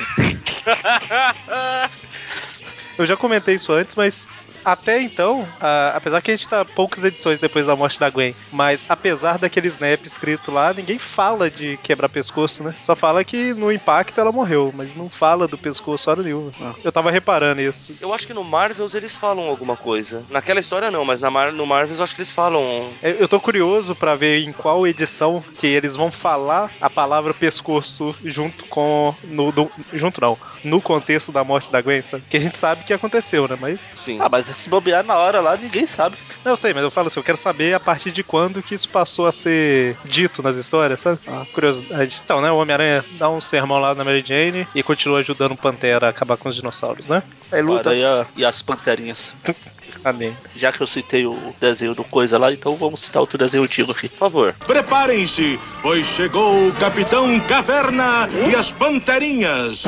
[SPEAKER 3] Eu já comentei isso antes, mas até então, a- apesar que a gente tá poucas edições depois da morte da Gwen, mas apesar daquele snap escrito lá, ninguém fala de quebrar pescoço, né? Só fala que no impacto ela morreu, mas não fala do pescoço hora nenhuma.
[SPEAKER 4] Ah.
[SPEAKER 3] Eu tava reparando isso.
[SPEAKER 5] Eu acho que no Marvels eles falam alguma coisa. Naquela história não, mas na Mar- no Marvels eu acho que eles falam.
[SPEAKER 3] É, Eu eu tô curioso pra ver em qual edição que eles vão falar a palavra pescoço junto com. No, do- junto não, no contexto da morte da Gwen, sabe? Que a gente sabe que aconteceu, né? Mas.
[SPEAKER 5] Sim.
[SPEAKER 4] ah, mas se bobear na hora lá, ninguém sabe.
[SPEAKER 3] Não, eu sei, mas eu falo assim, eu quero saber a partir de quando que isso passou a ser dito nas histórias, sabe?
[SPEAKER 4] Ah.
[SPEAKER 3] Curiosidade. Então, né, o Homem-Aranha dá um sermão lá na Mary Jane e continua ajudando o Pantera a acabar com os dinossauros, né? Aí
[SPEAKER 4] O
[SPEAKER 3] luta.
[SPEAKER 4] aranha e as panterinhas.
[SPEAKER 3] Amém.
[SPEAKER 4] Já que eu citei o desenho do Coisa lá, então vamos citar outro desenho antigo aqui.
[SPEAKER 5] Por favor.
[SPEAKER 6] Preparem-se, pois chegou o Capitão Caverna e as Panterinhas.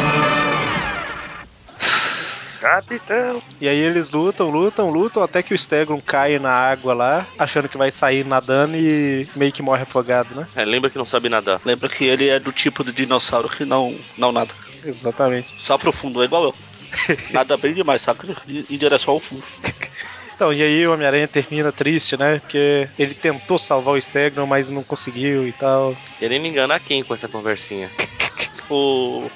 [SPEAKER 4] Capitão!
[SPEAKER 3] E aí eles lutam, lutam, lutam, até que o Stegron cai na água lá, achando que vai sair nadando e meio que morre afogado, né?
[SPEAKER 5] É, lembra que não sabe nadar.
[SPEAKER 4] Lembra que ele é do tipo de dinossauro que não, não nada.
[SPEAKER 3] Exatamente.
[SPEAKER 4] Só pro fundo, é igual eu. Nada bem demais, saca? Em em direção ao fundo.
[SPEAKER 3] Então, e aí o Homem-Aranha termina triste, né? Porque ele tentou salvar o Stegron, mas não conseguiu e tal.
[SPEAKER 5] Querendo enganar quem com essa conversinha?
[SPEAKER 4] O.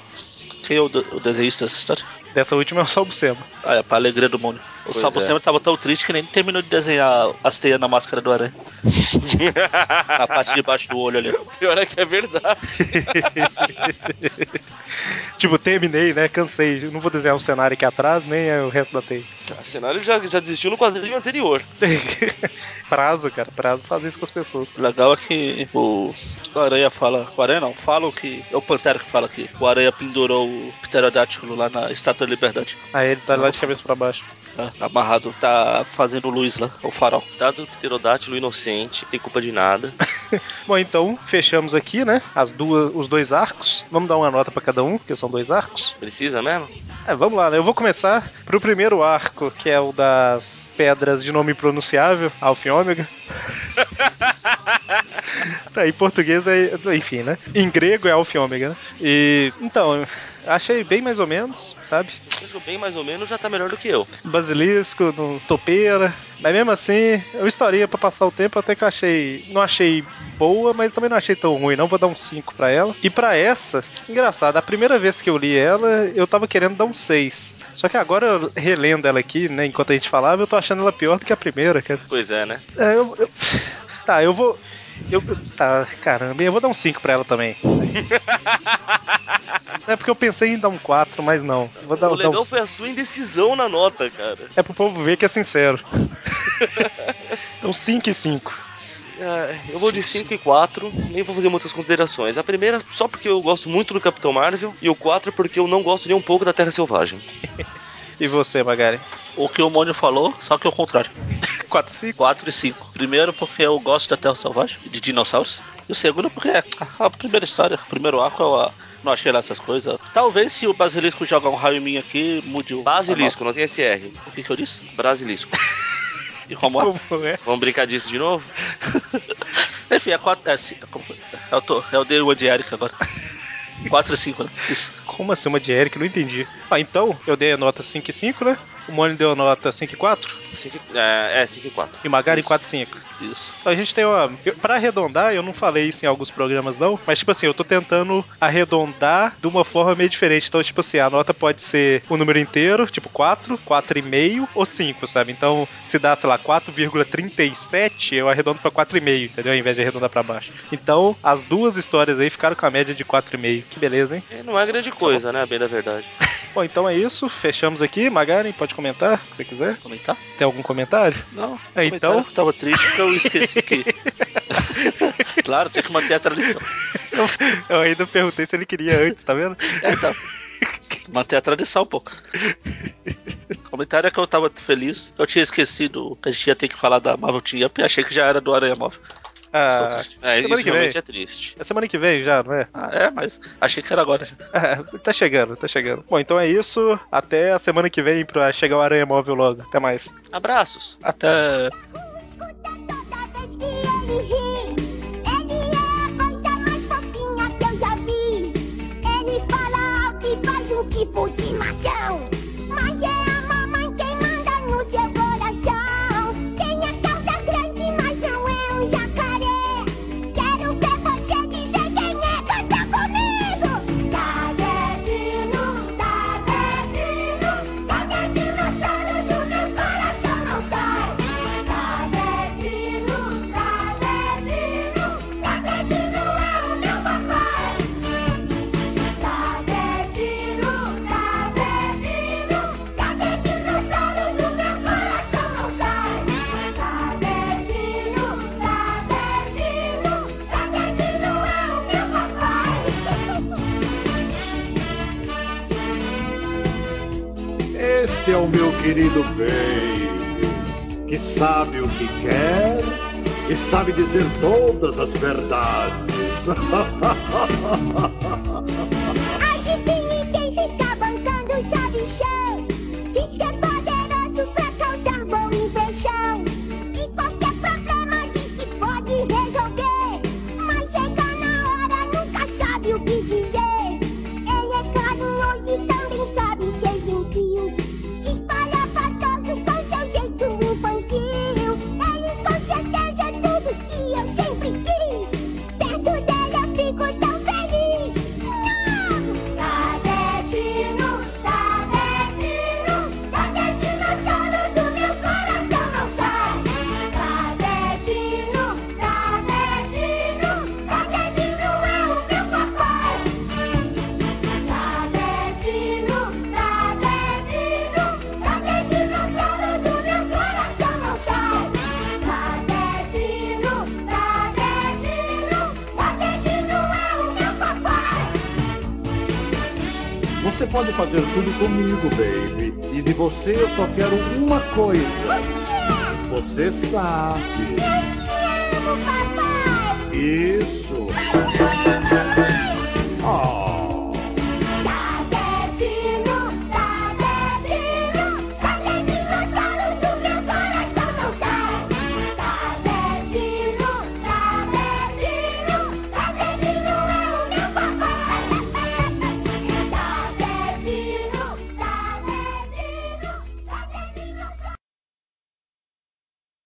[SPEAKER 4] Quem é o, de- o desenhista dessa história?
[SPEAKER 3] Dessa última é só o Buscema.
[SPEAKER 4] Ah, é, pra alegria do mundo. O
[SPEAKER 5] Pois
[SPEAKER 4] Sabo
[SPEAKER 5] é.
[SPEAKER 4] Sema tava tão triste que nem terminou de desenhar as teias na máscara do aranha. na parte de baixo do olho ali.
[SPEAKER 5] Pior é que é verdade.
[SPEAKER 3] Tipo, terminei, né? Cansei. Não vou desenhar o cenário aqui atrás, nem é o resto da teia.
[SPEAKER 5] O cenário já, já desistiu no quadrinho anterior.
[SPEAKER 3] prazo, cara. Prazo fazer isso com as pessoas.
[SPEAKER 4] O legal é que o, o Aranha fala. O Aranha não, fala o que. É o Pantera que fala que o Aranha pendurou o Pterodátilo lá na Estátua da Liberdade.
[SPEAKER 3] Aí ele tá lá de cabeça pra baixo.
[SPEAKER 4] né? Tá amarrado, tá fazendo luz lá, o farol.
[SPEAKER 5] Dado Tá do pterodátilo inocente, tem culpa de nada.
[SPEAKER 3] Bom, então, fechamos aqui, né? As duas, os dois arcos. Vamos dar uma nota pra cada um, porque são dois arcos.
[SPEAKER 5] Precisa mesmo?
[SPEAKER 3] É, vamos lá, né? Eu vou começar pro primeiro arco, que é o das pedras de nome pronunciável, Alfa e Ômega. tá, em português é. Enfim, né? Em grego é Alfa e Ômega, né? E. Então, achei bem mais ou menos, sabe?
[SPEAKER 5] Seja bem mais ou menos, já tá melhor do que eu.
[SPEAKER 3] basilisco, no topeira. Mas mesmo assim, eu estaria pra passar o tempo até que eu achei. Não achei boa, mas também não achei tão ruim, não. Vou dar um 5 pra ela. E pra essa, engraçado, a primeira vez que eu li ela, eu tava querendo dar um 6. Só que agora, eu relendo ela aqui, né, enquanto a gente falava, eu tô achando ela pior do que a primeira, cara.
[SPEAKER 5] Pois é, né?
[SPEAKER 3] É, eu- eu- Tá, eu vou. Eu, tá, caramba, eu vou dar um 5 pra ela também. É porque eu pensei em dar um 4, mas não. Vou dar,
[SPEAKER 5] o
[SPEAKER 3] dar um
[SPEAKER 5] legal foi a sua indecisão na nota, cara.
[SPEAKER 3] é pro povo ver que é sincero. então 5 e 5.
[SPEAKER 5] Ah, Eu vou de 5 e 4, nem vou fazer muitas considerações. A primeira, só porque eu gosto muito do Capitão Marvel, e o 4 porque eu não gosto nem um pouco da Terra Selvagem.
[SPEAKER 3] E você, Magari?
[SPEAKER 4] O que o Mônio falou, só que é o contrário.
[SPEAKER 3] 4 e 5?
[SPEAKER 4] 4 e 5. Primeiro porque eu gosto da Terra Selvagem, de dinossauros. E o segundo porque é a primeira história, o primeiro arco eu ah, não achei lá essas coisas. Talvez se o Basilisco jogar um raio em mim aqui, mude o.
[SPEAKER 5] Basilisco, não tem SR.
[SPEAKER 4] O que, que eu disse?
[SPEAKER 5] Brasilisco.
[SPEAKER 4] E como é?
[SPEAKER 3] é?
[SPEAKER 5] Vamos brincar disso de novo?
[SPEAKER 4] Enfim, é 4. É, ci- como foi? eu, tô, eu dei uma de Eric agora. 4 e 5, né? Isso.
[SPEAKER 3] Como assim uma de Eric? Não entendi. Ah, então, eu dei a nota 5 e 5, né? O Mônio deu a nota 5 e 4.
[SPEAKER 5] Cinco e- é, 5 e 4.
[SPEAKER 3] E o Magari
[SPEAKER 4] Isso.
[SPEAKER 3] 4 e 5.
[SPEAKER 4] Isso.
[SPEAKER 3] A gente tem uma. eu- Pra arredondar, eu não falei isso em alguns programas, não. Mas, tipo assim, eu tô tentando arredondar de uma forma meio diferente. Então, tipo assim, a nota pode ser o número inteiro, tipo 4, 4,5 ou 5, sabe? Então, se dá, sei lá, 4,37, eu arredondo pra 4,5, entendeu? Ao invés de arredondar pra baixo. Então, as duas histórias aí ficaram com a média de 4,5. Que beleza, hein?
[SPEAKER 5] Não é grande coisa, né? Bem da verdade.
[SPEAKER 3] Bom, então é isso. Fechamos aqui. Magaren, pode comentar o que você quiser.
[SPEAKER 4] Comentar?
[SPEAKER 3] Se tem algum comentário?
[SPEAKER 4] Não.
[SPEAKER 3] É, então?
[SPEAKER 4] comentário que Eu tava triste porque eu esqueci que. claro, tem que manter a tradição.
[SPEAKER 3] Eu ainda perguntei se ele queria antes, tá vendo?
[SPEAKER 4] É, tá. Manter a tradição, pô. O comentário é que eu tava feliz. Eu tinha esquecido que a gente ia ter que falar da Marvel Team Up e achei que já era do Aranha Móvel.
[SPEAKER 3] Ah,
[SPEAKER 5] É,
[SPEAKER 3] Semana que
[SPEAKER 5] isso
[SPEAKER 3] vem.
[SPEAKER 5] realmente é triste.
[SPEAKER 3] é semana que vem já, não é?
[SPEAKER 4] Ah, é, mas achei que era agora.
[SPEAKER 3] Ah, tá chegando, tá chegando. Bom, então é isso. Até a semana que vem pra chegar o Aranha Móvel logo. Até mais.
[SPEAKER 5] Abraços.
[SPEAKER 4] Até
[SPEAKER 7] Escuta toda vez que ele ri. Ele é a coisa mais fofinha que eu já vi. Ele fala alto e faz um tipo de machão. Mas é a mamãe quem manda no seu coração. Tem a casa grande, mas não é um jacaré. Quero ver você dizer quem é, canta comigo. Tá Tadetino, Tadetino, Tadetinossauro tá do meu coração não sai. Tá Tadetino, Tadetino, Tadetino tá é o meu papai. Tadetino, Tadetino, Tadetinossauro do meu coração não sai. Tadetino, Tadetino, Tadetino é o meu papai.
[SPEAKER 6] Este é o meu querido baby, que sabe o que quer e sabe dizer todas as verdades.
[SPEAKER 7] Adivinhe quem fica bancando o chave show? De é é. é
[SPEAKER 6] pode fazer tudo comigo, baby. E de você eu só quero uma coisa. Você sabe.
[SPEAKER 7] Eu te amo, papai!
[SPEAKER 6] Isso.
[SPEAKER 7] é Papai!
[SPEAKER 6] Ah.
[SPEAKER 7] é